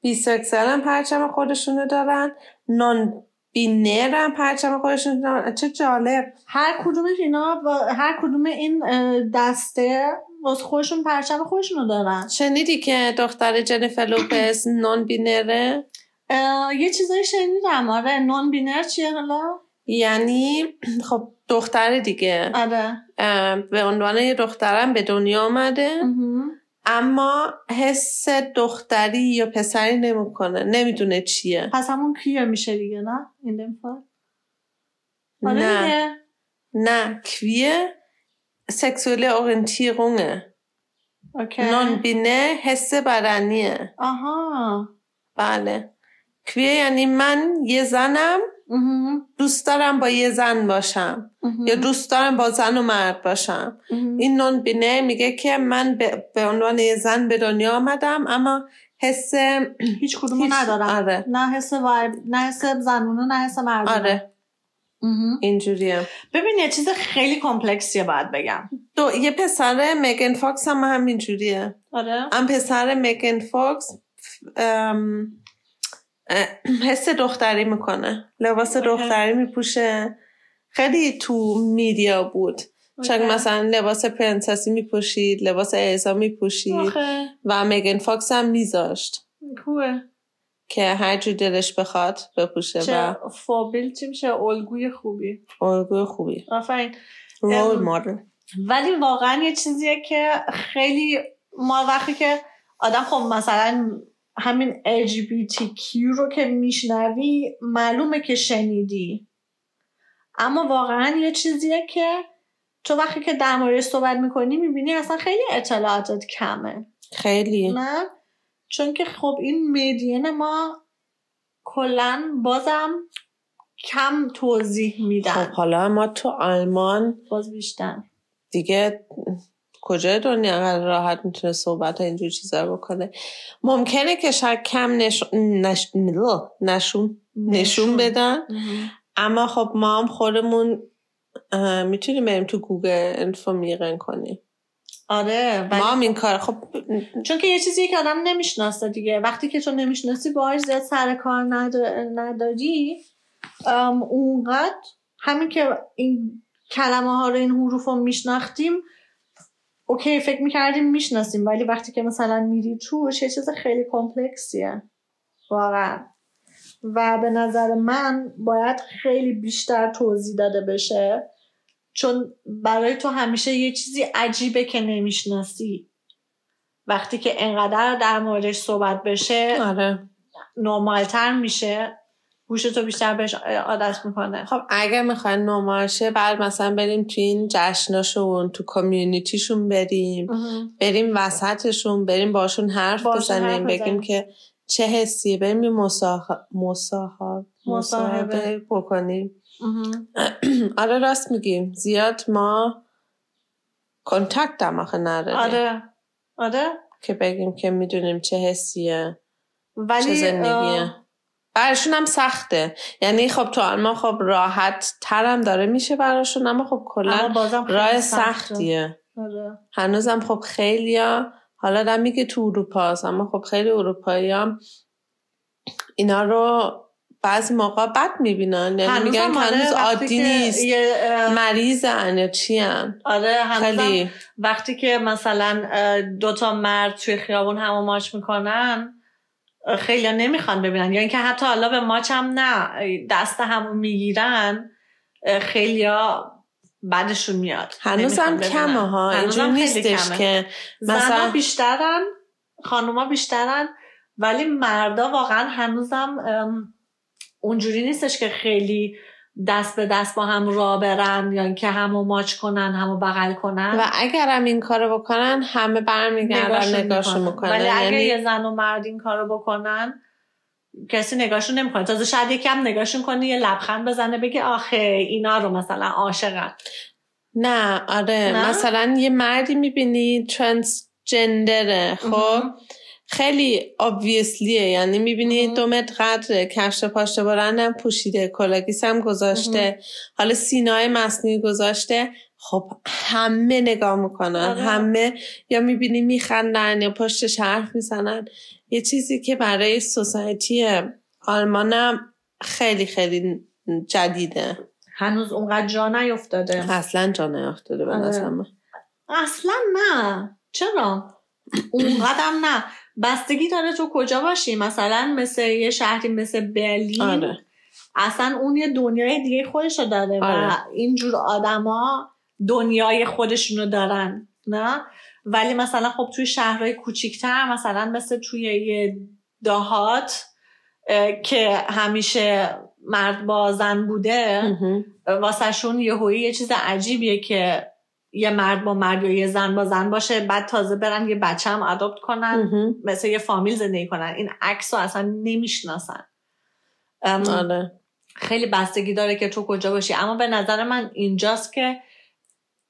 [SPEAKER 2] بیسکسل هم پرچم خودشونو دارن نان بینر هم پرچم خودشونو دارن چه جالب
[SPEAKER 1] هر کدومش اینا با هر کدوم این اه، دسته واسه خودشون پرچم خودشونو دارن
[SPEAKER 2] شنیدی که دختر جنیفر لوپس نان بینره
[SPEAKER 1] اه، یه چیزایی شنیدم آره نون بینر چیه حالا
[SPEAKER 2] یعنی خب دختر دیگه
[SPEAKER 1] آره
[SPEAKER 2] ام، به عنوان یه دخترم به دنیا آمده
[SPEAKER 1] مهم.
[SPEAKER 2] اما حس دختری یا پسری نمیکنه نمیدونه چیه
[SPEAKER 1] پس همون کیه میشه دیگه نه این دفعه آره
[SPEAKER 2] نه
[SPEAKER 1] دیگه.
[SPEAKER 2] نه queer سکسوelle Orientierunge.
[SPEAKER 1] اوکی
[SPEAKER 2] نان بینه حس بدنیه
[SPEAKER 1] آها
[SPEAKER 2] بله کویر یعنی من یه زنم
[SPEAKER 1] مهم.
[SPEAKER 2] دوست دارم با یه زن باشم
[SPEAKER 1] مهم.
[SPEAKER 2] یا دوست دارم با زن و مرد باشم
[SPEAKER 1] مهم.
[SPEAKER 2] این نون بینه میگه که من به, به عنوان یه زن به دنیا آمدم اما حس
[SPEAKER 1] هیچ کدومو
[SPEAKER 2] هیچ-
[SPEAKER 1] ندارم
[SPEAKER 2] آره.
[SPEAKER 1] نه حس وایب نه حس زنونه نه حس مردونه
[SPEAKER 2] آره
[SPEAKER 1] مهم.
[SPEAKER 2] اینجوریه
[SPEAKER 1] ببین یه چیز خیلی کمپلکسیه باید بگم
[SPEAKER 2] دو یه پسر مگن فاکس هم همینجوریه
[SPEAKER 1] آره
[SPEAKER 2] هم پسر مگن فاکس ام، اه، حس دختری میکنه لباس دختری میپوشه خیلی تو میدیا بود چون
[SPEAKER 1] اوکی.
[SPEAKER 2] مثلا لباس پرنسسی میپوشید لباس اعزا میپوشید
[SPEAKER 1] آخه
[SPEAKER 2] و مگن فاکس هم میذاشت
[SPEAKER 1] کوه
[SPEAKER 2] که هر جور دلش بخواد بپوشه و
[SPEAKER 1] چه فابیل چی میشه الگوی خوبی
[SPEAKER 2] الگوی خوبی
[SPEAKER 1] آفرین
[SPEAKER 2] رول
[SPEAKER 1] ام.
[SPEAKER 2] مدل
[SPEAKER 1] ولی واقعا یه چیزیه که خیلی ما وقتی که آدم خب مثلا همین LGBTQ رو که میشنوی معلومه که شنیدی اما واقعا یه چیزیه که تو وقتی که در موردش صحبت میکنی میبینی اصلا خیلی اطلاعاتت کمه
[SPEAKER 2] خیلی
[SPEAKER 1] نه چون که خب این مدین ما کلا بازم کم توضیح
[SPEAKER 2] خب
[SPEAKER 1] میدن
[SPEAKER 2] حالا ما تو آلمان
[SPEAKER 1] باز بیشتر
[SPEAKER 2] دیگه کجای دنیا انقدر راحت میتونه صحبت ها اینجور چیزا رو بکنه ممکنه که شاید کم نش... نش... نشون... نشون بدن
[SPEAKER 1] مهم.
[SPEAKER 2] اما خب ما هم خودمون اه، میتونیم بریم تو گوگل انفومیقن کنیم
[SPEAKER 1] آره
[SPEAKER 2] ما
[SPEAKER 1] ولی
[SPEAKER 2] هم این کار خب
[SPEAKER 1] چون که یه چیزی که آدم نمیشناسه دیگه وقتی که تو نمیشناسی باهاش زیاد سر کار ند- نداری ام، اونقدر همین که این کلمه ها رو این حروف رو میشناختیم اوکی فکر میکردیم میشناسیم ولی وقتی که مثلا میری توش یه چیز خیلی کمپلکسیه واقعا و به نظر من باید خیلی بیشتر توضیح داده بشه چون برای تو همیشه یه چیزی عجیبه که نمیشناسی وقتی که انقدر در موردش صحبت بشه
[SPEAKER 2] آره
[SPEAKER 1] نرمالتر میشه گوش تو بیشتر بهش عادت میکنه
[SPEAKER 2] خب اگر میخواین نماشه بعد مثلا بریم تو این جشناشون تو کامیونیتیشون بریم بریم وسطشون بریم باشون حرف
[SPEAKER 1] باشون حرف
[SPEAKER 2] بزنیم
[SPEAKER 1] بزنیم.
[SPEAKER 2] بگیم که چه حسی بریم یه مساح... مساح... مصاحبه بکنیم (clears throat) آره راست میگیم زیاد ما کنتکت هم آخه نداریم
[SPEAKER 1] آره آره
[SPEAKER 2] که بگیم که میدونیم چه حسیه چه
[SPEAKER 1] ولی
[SPEAKER 2] زندگیه
[SPEAKER 1] اه،
[SPEAKER 2] براشون هم سخته یعنی خب تو آلمان خب راحت ترم داره میشه براشون اما خب
[SPEAKER 1] اما
[SPEAKER 2] کلا
[SPEAKER 1] بازم خیلی
[SPEAKER 2] راه
[SPEAKER 1] سخته.
[SPEAKER 2] سختیه
[SPEAKER 1] آره.
[SPEAKER 2] هنوزم خب خیلیا حالا آدم میگه تو اروپا هست اما خب خیلی اروپایی هم اینا رو بعضی موقع بد میبینن یعنی
[SPEAKER 1] هنوزم
[SPEAKER 2] میگن که
[SPEAKER 1] آره،
[SPEAKER 2] هنوز
[SPEAKER 1] وقتی
[SPEAKER 2] عادی
[SPEAKER 1] که
[SPEAKER 2] نیست
[SPEAKER 1] یه، اه،
[SPEAKER 2] مریضن یا چی هن.
[SPEAKER 1] آره هنوزم
[SPEAKER 2] خیلی
[SPEAKER 1] وقتی که مثلا اه، دوتا مرد توی خیابون همو ماچ میکنن خیلی نمیخوان ببینن یا اینکه حتی حالا به ماچ هم نه دست همو میگیرن خیلی بعدشون میاد
[SPEAKER 2] هنوزم
[SPEAKER 1] نمیخوان ببینن.
[SPEAKER 2] کمه ها
[SPEAKER 1] هنوزم
[SPEAKER 2] اینجور
[SPEAKER 1] خیلی
[SPEAKER 2] نیستش
[SPEAKER 1] کمه.
[SPEAKER 2] که
[SPEAKER 1] زنها
[SPEAKER 2] مثلا
[SPEAKER 1] بیشترن خانوما بیشترن ولی مردا واقعا هنوزم ام، اونجوری نیستش که خیلی دست به دست با هم را برن یا اینکه همو ماچ کنن همو بغل کنن
[SPEAKER 2] و اگرم این کارو بکنن همه برمیگردن نگاهشون میکنن
[SPEAKER 1] ولی اگه
[SPEAKER 2] یعنی
[SPEAKER 1] یه زن و مرد این کارو بکنن کسی نگاهشون نمیکنه تازه شاید یکم نگاهشون کنه یه لبخند بزنه بگه آخه اینا رو مثلا عاشقن
[SPEAKER 2] نه آره
[SPEAKER 1] نه؟
[SPEAKER 2] مثلا یه مردی میبینی ترانس جندره خب
[SPEAKER 1] مهم.
[SPEAKER 2] خیلی obviouslyه یعنی میبینی
[SPEAKER 1] مهم.
[SPEAKER 2] دو متر قدره کفش پاشته برندم پوشیده کلاگیس هم گذاشته حالا سینای مصنوعی گذاشته خب همه نگاه میکنن
[SPEAKER 1] آره.
[SPEAKER 2] همه یا میبینی میخندن یا پشتش حرف میزنن یه چیزی که برای سوسایتی آلمانم خیلی خیلی جدیده
[SPEAKER 1] هنوز اونقدر جا نیفتاده
[SPEAKER 2] اصلا جا نیافتاده به
[SPEAKER 1] آره.
[SPEAKER 2] نظرم
[SPEAKER 1] اصلا نه چرا اونقدر هم نه بستگی داره تو کجا باشی مثلا مثل یه شهری مثل برلین
[SPEAKER 2] آره
[SPEAKER 1] اصلا اون یه دنیای دیگه خودش رو داره و
[SPEAKER 2] آره.
[SPEAKER 1] اینجور آدما دنیای خودشونو دارن نه ولی مثلا خب توی شهرهای کوچیکتر مثلا مثل توی یه دهات اه، که همیشه مرد با زن بوده
[SPEAKER 2] مهم.
[SPEAKER 1] واسهشون یهویی یه چیز عجیبیه که یه مرد با مرد یا یه زن با زن باشه بعد تازه برن یه بچه هم اداپت کنن
[SPEAKER 2] مهم.
[SPEAKER 1] مثل یه فامیل زندگی کنن این عکس رو اصلا نمیشناسن
[SPEAKER 2] آره
[SPEAKER 1] خیلی بستگی داره که تو کجا باشی اما به نظر من اینجاست که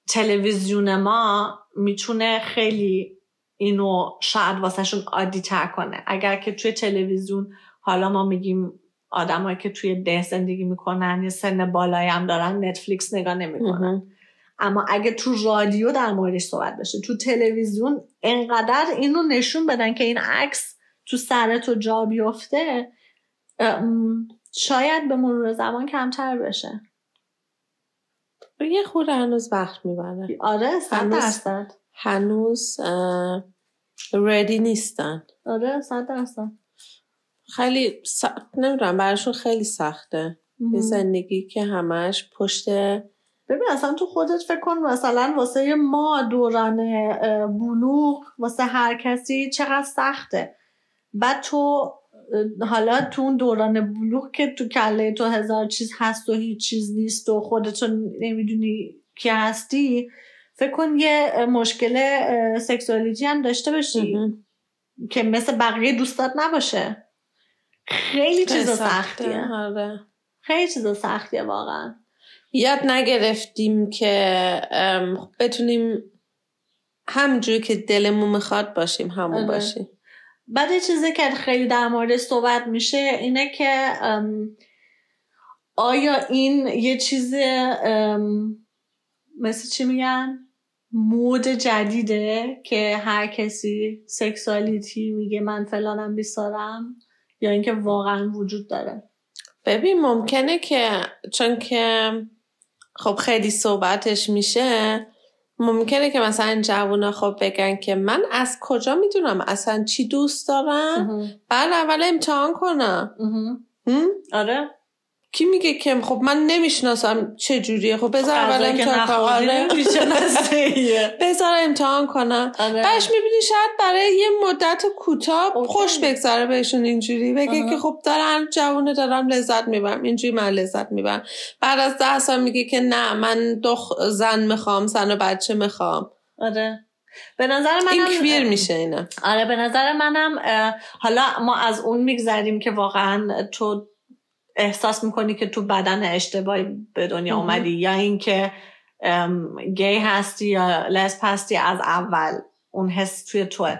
[SPEAKER 1] تلویزیون ما میتونه خیلی اینو شاید واسهشون عادی تر کنه اگر که توی تلویزیون حالا ما میگیم آدمایی که توی ده زندگی میکنن یه سن بالایی هم دارن نتفلیکس نگاه نمیکنن
[SPEAKER 2] مهم.
[SPEAKER 1] اما اگه تو رادیو در موردش صحبت بشه تو تلویزیون انقدر اینو نشون بدن که این عکس تو سر تو جا بیفته ام، شاید به مرور زمان کمتر بشه
[SPEAKER 2] یه خورده هنوز وقت میبره
[SPEAKER 1] آره صد
[SPEAKER 2] هنوز-
[SPEAKER 1] درصد
[SPEAKER 2] هنوز ردی نیستن
[SPEAKER 1] آره صد درصد
[SPEAKER 2] خیلی سخت نمیدونم براشون خیلی سخته یه زندگی که همش پشت
[SPEAKER 1] ببین اصلا تو خودت فکر کن مثلا واسه ما دوران اه، بلوغ واسه هر کسی چقدر سخته بعد تو اه، حالا تو اون دوران بلوغ که تو کله تو هزار چیز هست و هیچ چیز نیست و خودتو نمیدونی کی هستی فکر کن یه اه، مشکل اه، سکسوالیتی هم داشته باشی
[SPEAKER 2] مهم.
[SPEAKER 1] که مثل بقیه دوستات نباشه خیلی چیز سختیه
[SPEAKER 2] آره.
[SPEAKER 1] خیلی چیز سختیه واقعا
[SPEAKER 2] یاد نگرفتیم که ام، بتونیم همجوری که دلمون میخواد باشیم همون
[SPEAKER 1] آره.
[SPEAKER 2] باشیم
[SPEAKER 1] بعد یه چیزی که خیلی در موردش صحبت میشه اینه که ام، آیا این یه چیز ام، مثل چی میگن مود جدیده که هر کسی سکسوالیتی میگه من فلانم بیسارم یا اینکه واقعا وجود داره
[SPEAKER 2] ببین ممکنه که چون که خب خیلی صحبتش میشه ممکنه که مثلا جوونا خب بگن که من از کجا میدونم اصلا چی دوست دارم بعد اول امتحان کنم
[SPEAKER 1] مهم.
[SPEAKER 2] هم؟
[SPEAKER 1] آره
[SPEAKER 2] کی میگه که خب من نمیشناسم چه جوریه خب بذار اول
[SPEAKER 1] غذایی که
[SPEAKER 2] امتحان کنم
[SPEAKER 1] نخوردی
[SPEAKER 2] آره.
[SPEAKER 1] نمی‌شناسی.
[SPEAKER 2] (laughs) بذار امتحان کنم
[SPEAKER 1] آره.
[SPEAKER 2] بعدش میبینی شاید برای یه مدت کوتاه
[SPEAKER 1] اوکی.
[SPEAKER 2] خوش بگذره بهشون اینجوری بگه
[SPEAKER 1] آها.
[SPEAKER 2] که خب دارن جوونه دارم لذت میبرم اینجوری من لذت میبرم بعد از ده سال میگه که نه من دخ زن میخوام زن و بچه میخوام
[SPEAKER 1] آره به نظر من
[SPEAKER 2] این کویر میشه اینا
[SPEAKER 1] آره به نظر منم اه، حالا ما از اون میگذریم که واقعا تو احساس میکنی که تو بدن اشتباهی به دنیا
[SPEAKER 2] مهم.
[SPEAKER 1] اومدی یا اینکه ام، گی هستی یا لسب هستی از اول اون حس توی توه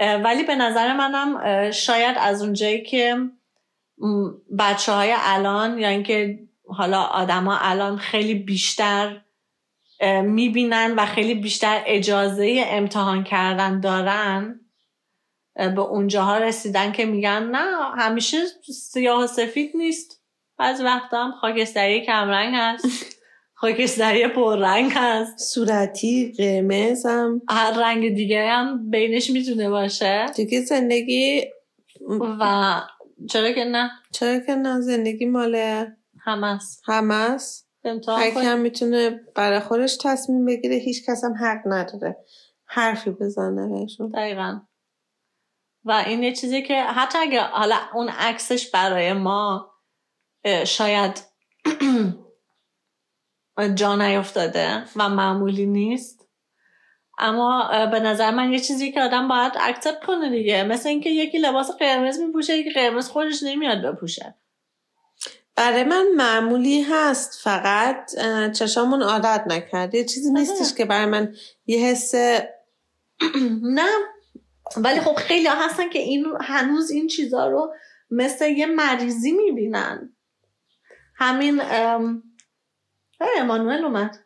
[SPEAKER 1] اه، ولی به نظر منم اه، شاید از اونجایی که بچه های الان یا اینکه حالا آدما الان خیلی بیشتر میبینن و خیلی بیشتر اجازه امتحان کردن دارن اه، به اونجاها رسیدن که میگن نه همیشه سیاه و سفید نیست بعضی وقتا هم خاکستری کمرنگ هست
[SPEAKER 2] (laughs)
[SPEAKER 1] خاکستری پررنگ هست
[SPEAKER 2] صورتی قرمزم
[SPEAKER 1] هر رنگ دیگه هم بینش میتونه باشه
[SPEAKER 2] دیگه زندگی
[SPEAKER 1] و چرا که نه
[SPEAKER 2] چرا که نه زندگی مال
[SPEAKER 1] هم هست
[SPEAKER 2] هم است
[SPEAKER 1] امتحان
[SPEAKER 2] هر کی
[SPEAKER 1] کنی.
[SPEAKER 2] هم میتونه برای خودش تصمیم بگیره هیچ کس هم حق نداره حرفی بزنه بهشون
[SPEAKER 1] دقیقا و این یه چیزی که حتی اگه حالا اون عکسش برای ما اه، شاید (clears throat) جا نیفتاده و معمولی نیست اما به نظر من یه چیزی که آدم باید اکسپت کنه دیگه مثل اینکه یکی لباس قرمز میپوشه یکی قرمز خودش نمیاد بپوشه
[SPEAKER 2] برای من معمولی هست فقط چشامون عادت نکرد یه
[SPEAKER 1] آره.
[SPEAKER 2] چیزی نیستش که برای من یه حس
[SPEAKER 1] نه ولی خب خیلی ها هستن که این هنوز این چیزا رو مثل یه مریضی میبینن همین ام... امانوئل اومد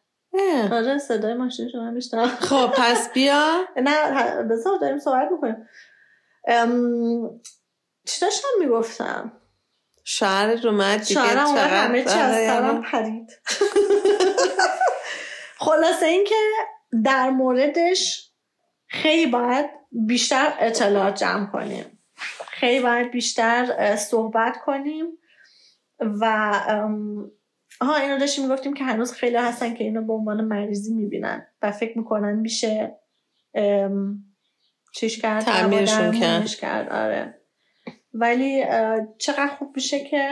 [SPEAKER 1] آره صدای ماشین شما بیشتر
[SPEAKER 2] خب پس بیا
[SPEAKER 1] نه بذار داریم صحبت میکنیم ام... چی داشتم میگفتم
[SPEAKER 2] شعر اومد دیگه آره،
[SPEAKER 1] شعرم اومد همه چی از سرم
[SPEAKER 2] (laughs)
[SPEAKER 1] پرید خلاصه اینکه در موردش خیلی باید بیشتر اطلاعات جمع کنیم خیلی باید بیشتر صحبت کنیم و ها اینو داشتیم میگفتیم که هنوز خیلی هستن که اینو به عنوان مریضی میبینن و فکر میکنن میشه چیش کرد
[SPEAKER 2] تعمیرشون کرد.
[SPEAKER 1] کرد آره ولی چقدر خوب میشه که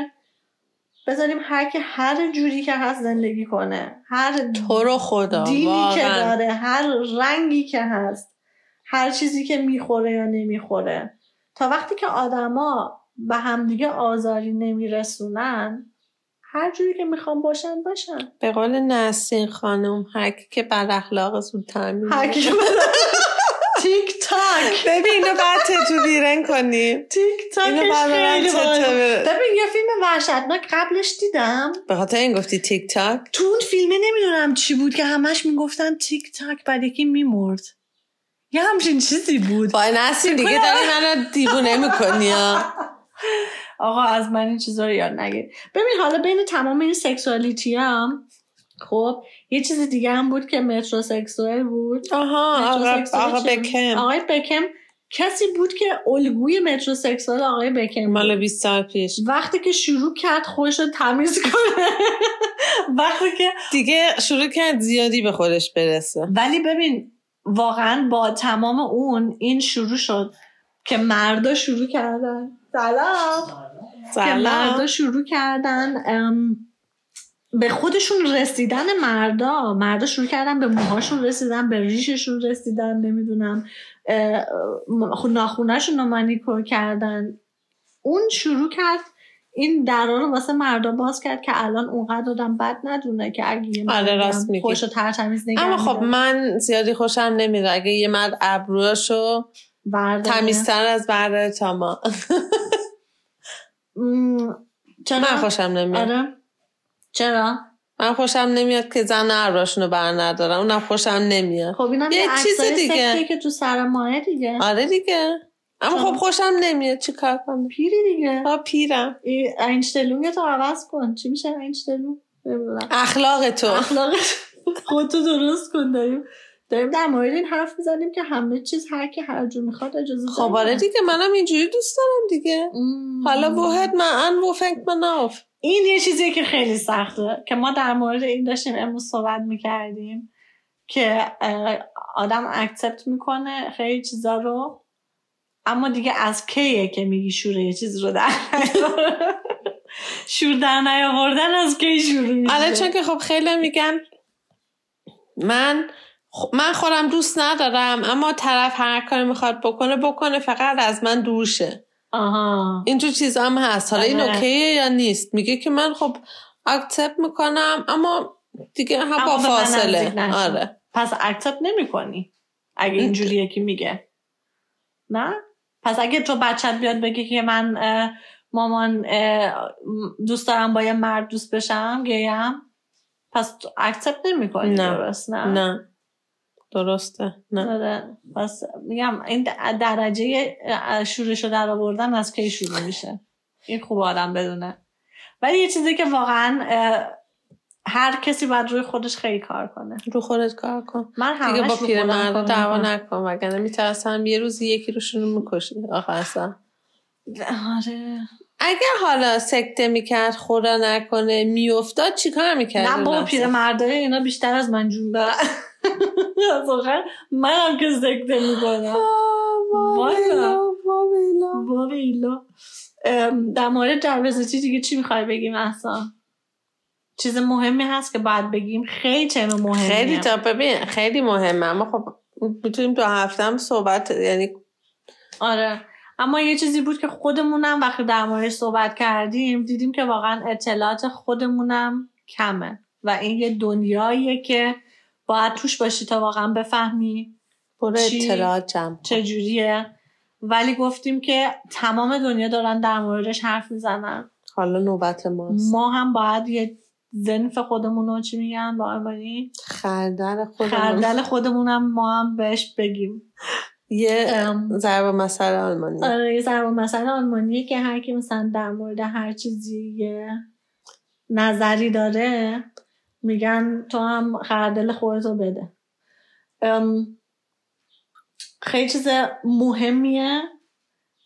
[SPEAKER 1] بذاریم هر که هر جوری که هست زندگی کنه هر
[SPEAKER 2] تو رو خدا
[SPEAKER 1] دینی
[SPEAKER 2] واقعاً.
[SPEAKER 1] که داره هر رنگی که هست هر چیزی که میخوره یا نمیخوره تا وقتی که آدما به همدیگه آزاری نمیرسونن هر جوری که میخوام باشن باشن
[SPEAKER 2] به قول نسرین خانم هرکی که بد اخلاق زودتر میره.
[SPEAKER 1] هر کی که تیک تاک
[SPEAKER 2] ببین اینو بعد تتو بیرن کنیم
[SPEAKER 1] تیک
[SPEAKER 2] اینو
[SPEAKER 1] تاکش
[SPEAKER 2] بعد من
[SPEAKER 1] خیلی باحاله.
[SPEAKER 2] تتو
[SPEAKER 1] ببین یه فیلم وحشتناک قبلش دیدم
[SPEAKER 2] به خاطر این گفتی تیک تاک
[SPEAKER 1] تو اون فیلمه نمیدونم چی بود که همش میگفتن تیک تاک بعد یکی میمرد یه همچین چیزی بود
[SPEAKER 2] با نسرین دیگه داری منو دیوونه میکنی
[SPEAKER 1] (laughs)
[SPEAKER 2] ها
[SPEAKER 1] آقا از من این چیزا رو یاد نگیر ببین حالا بین تمام این سکسوالیتی هم خب یه چیز دیگه هم بود که مترو سکسوال بود
[SPEAKER 2] آها آقا,
[SPEAKER 1] متروسکسوال
[SPEAKER 2] آقا
[SPEAKER 1] چی؟
[SPEAKER 2] بکم
[SPEAKER 1] آقای بکم کسی بود که الگوی مترو سکسوال آقای بکم بود.
[SPEAKER 2] مال 20 سال پیش
[SPEAKER 1] وقتی که شروع کرد خودش رو تمیز کنه (laughs) وقتی که
[SPEAKER 2] دیگه شروع کرد زیادی به خودش برسه
[SPEAKER 1] ولی ببین واقعا با تمام اون این شروع شد که مردا شروع کردن سلام
[SPEAKER 2] بله.
[SPEAKER 1] که مردا
[SPEAKER 2] سلام
[SPEAKER 1] شروع کردن ام، به خودشون رسیدن مردا مردا شروع کردن به موهاشون رسیدن به ریششون رسیدن نمیدونم اه، اه، ناخونهشون رو مانیکور کردن اون شروع کرد این درا رو واسه مردا باز کرد که الان اونقدر آدم بد ندونه که اگه یه
[SPEAKER 2] آره،
[SPEAKER 1] مردم
[SPEAKER 2] راست میگی.
[SPEAKER 1] خوش و ترتمیز نگه
[SPEAKER 2] اما خب
[SPEAKER 1] می‌داره.
[SPEAKER 2] من زیادی خوشم نمیره اگه یه مرد
[SPEAKER 1] آره.
[SPEAKER 2] ابروهاشو
[SPEAKER 1] برداره.
[SPEAKER 2] تمیزتر از بره تاما
[SPEAKER 1] آره. م، چرا؟
[SPEAKER 2] من خوشم نمیاد
[SPEAKER 1] آره چرا
[SPEAKER 2] من خوشم نمیاد که زن ابروهاشونو بر ندارم اونم خوشم نمیاد
[SPEAKER 1] خب اینم
[SPEAKER 2] یه
[SPEAKER 1] یه
[SPEAKER 2] چیز
[SPEAKER 1] چیز
[SPEAKER 2] دیگه.
[SPEAKER 1] دیگه که تو سر ماه دیگه
[SPEAKER 2] آره دیگه اما
[SPEAKER 1] چرا؟
[SPEAKER 2] خب خوشم نمیاد چی کار کنم
[SPEAKER 1] پیری دیگه
[SPEAKER 2] آه پیرم
[SPEAKER 1] ای- اینشتلونگ تو عوض کن چی میشه اینشتلون نمیدونم
[SPEAKER 2] اخلاق تو
[SPEAKER 1] اخلاق خودتو درست کن داریم داریم در مورد این حرف میزنیم که همه چیز هر کی هر جور میخواد اجازه
[SPEAKER 2] خب آره دیگه منم اینجوری دوست دارم دیگه حالا وحد من ان وفنگ من آف
[SPEAKER 1] این یه چیزیه که خیلی سخته که ما در مورد این داشتیم امروز صحبت میکردیم که اه، آدم اکسپت میکنه خیلی چیزا رو اما دیگه از کیه که میگی شوره یه چیز رو در نیار. (laughs) شور در نیاوردن از کی شروع میشه
[SPEAKER 2] آره چون که خب خیلی میگن من خ- من خودم دوست ندارم اما طرف هر کاری میخواد بکنه بکنه فقط از من دور شه
[SPEAKER 1] آها
[SPEAKER 2] اینجور چیز هم هست حالا این
[SPEAKER 1] آره.
[SPEAKER 2] اوکیه یا نیست میگه که من خب اکتب میکنم اما دیگه هم
[SPEAKER 1] اما
[SPEAKER 2] با
[SPEAKER 1] به من نزدیک
[SPEAKER 2] فاصله
[SPEAKER 1] نشو.
[SPEAKER 2] آره
[SPEAKER 1] پس اکسپت نمیکنی اگه اینجوری یکی میگه نه پس اگه تو بچت بیاد بگه که من اه، مامان اه، دوست دارم با یه مرد دوست بشم گیم پس تو اکسپت نمیکنی
[SPEAKER 2] نه.
[SPEAKER 1] درست نه
[SPEAKER 2] نه درسته نه
[SPEAKER 1] آره. پس میگم این د- درجه شورش رو در آوردن از کی شروع میشه این خوب آدم بدونه ولی یه چیزی که واقعا اه، هر کسی باید روی خودش خیلی کار کنه
[SPEAKER 2] رو خودت کار کن
[SPEAKER 1] من همش
[SPEAKER 2] دیگه با
[SPEAKER 1] رو
[SPEAKER 2] پیرمردا
[SPEAKER 1] خودم
[SPEAKER 2] دعوا
[SPEAKER 1] کار می‌کنم.
[SPEAKER 2] نکن وگرنه میترسم یه روز یکی روشون میکشی آخه اصلا
[SPEAKER 1] آره
[SPEAKER 2] اگه حالا سکته میکرد خدا نکنه میافتاد چیکار میکرد
[SPEAKER 1] نه بابا پیر مردای اینا بیشتر از من جون دارن (laughs) از آخر منم که سکته میکنم والا. بابا ایلا ام، در مورد جربزتی دیگه چی میخوای بگیم احسان چیز مهمی هست که باید بگیم خیلی تم مهمی
[SPEAKER 2] خیلی تا ببین خیلی مهمه اما خب میتونیم دو هفته هم صحبت یعنی
[SPEAKER 1] آره اما یه چیزی بود که خودمونم وقتی در موردش صحبت کردیم دیدیم که واقعا اطلاعات خودمونم کمه و این یه دنیاییه که باید توش باشی تا واقعا بفهمی
[SPEAKER 2] برو
[SPEAKER 1] چی؟
[SPEAKER 2] اطلاعات جمع کن.
[SPEAKER 1] چجوریه ولی گفتیم که تمام دنیا دارن در موردش حرف میزنن
[SPEAKER 2] حالا نوبت ماست
[SPEAKER 1] ما هم باید یه زنف خودمون رو چی میگن با آلمانی
[SPEAKER 2] خردر خودمون
[SPEAKER 1] خردل خودمونم ما هم بهش بگیم
[SPEAKER 2] یه
[SPEAKER 1] ام،
[SPEAKER 2] ضرب مثل آلمانی
[SPEAKER 1] آره یه ضرب مثلا آلمانیه که هر کی مثلا در مورد هر چیزی یه نظری داره میگن تو هم خردل خودتو بده ام، خیلی چیز مهمیه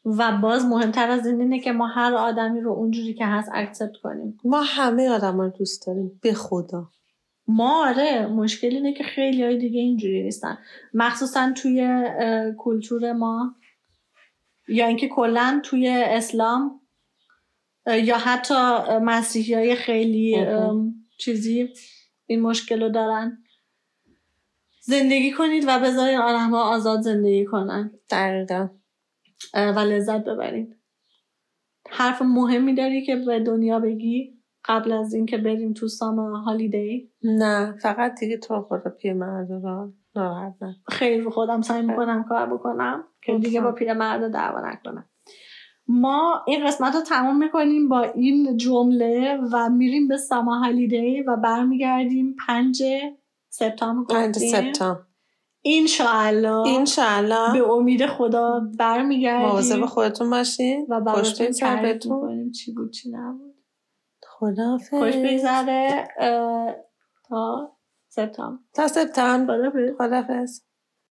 [SPEAKER 1] و باز مهمتر از این اینه که ما هر آدمی رو اونجوری که هست اکسپت کنیم
[SPEAKER 2] ما همه آدم رو دوست داریم به خدا
[SPEAKER 1] ما آره مشکل اینه که خیلی های دیگه اینجوری نیستن مخصوصا توی اه، کلتور ما یا اینکه کلا توی اسلام اه، یا حتی مسیحی های خیلی
[SPEAKER 2] آها.
[SPEAKER 1] ام، چیزی این مشکل رو دارن زندگی کنید و بذارین آدم ها آزاد زندگی کنن
[SPEAKER 2] دقیقا
[SPEAKER 1] اه، و لذت ببرید حرف مهمی داری که به دنیا بگی قبل از اینکه بریم تو سامر هالیدی
[SPEAKER 2] نه فقط دیگه تو خدا پیرمرد را ناراحت نه
[SPEAKER 1] خیلی رو خودم سعی میکنم کار بکنم که دیگه با پیرمرد دعوا نکنم ما این قسمت رو تموم میکنیم با این جمله و میریم به سما هلیدی و برمیگردیم پنج سپتامبر
[SPEAKER 2] پنج
[SPEAKER 1] گفتیم.
[SPEAKER 2] سپتامبر
[SPEAKER 1] اینشاالله به
[SPEAKER 2] انشاءالله
[SPEAKER 1] امید خدا
[SPEAKER 2] مواظب
[SPEAKER 1] برمیگردیم
[SPEAKER 2] خودتون باشین
[SPEAKER 1] و
[SPEAKER 2] خوش
[SPEAKER 1] براتون تعریف
[SPEAKER 2] بگذرتون
[SPEAKER 1] میکنیم چی بود چی نبود
[SPEAKER 2] خدافظ
[SPEAKER 1] خوش بگذره اه، تا سپتامبر
[SPEAKER 2] تا سپتامبر
[SPEAKER 1] خداحافظ.
[SPEAKER 2] خدافظ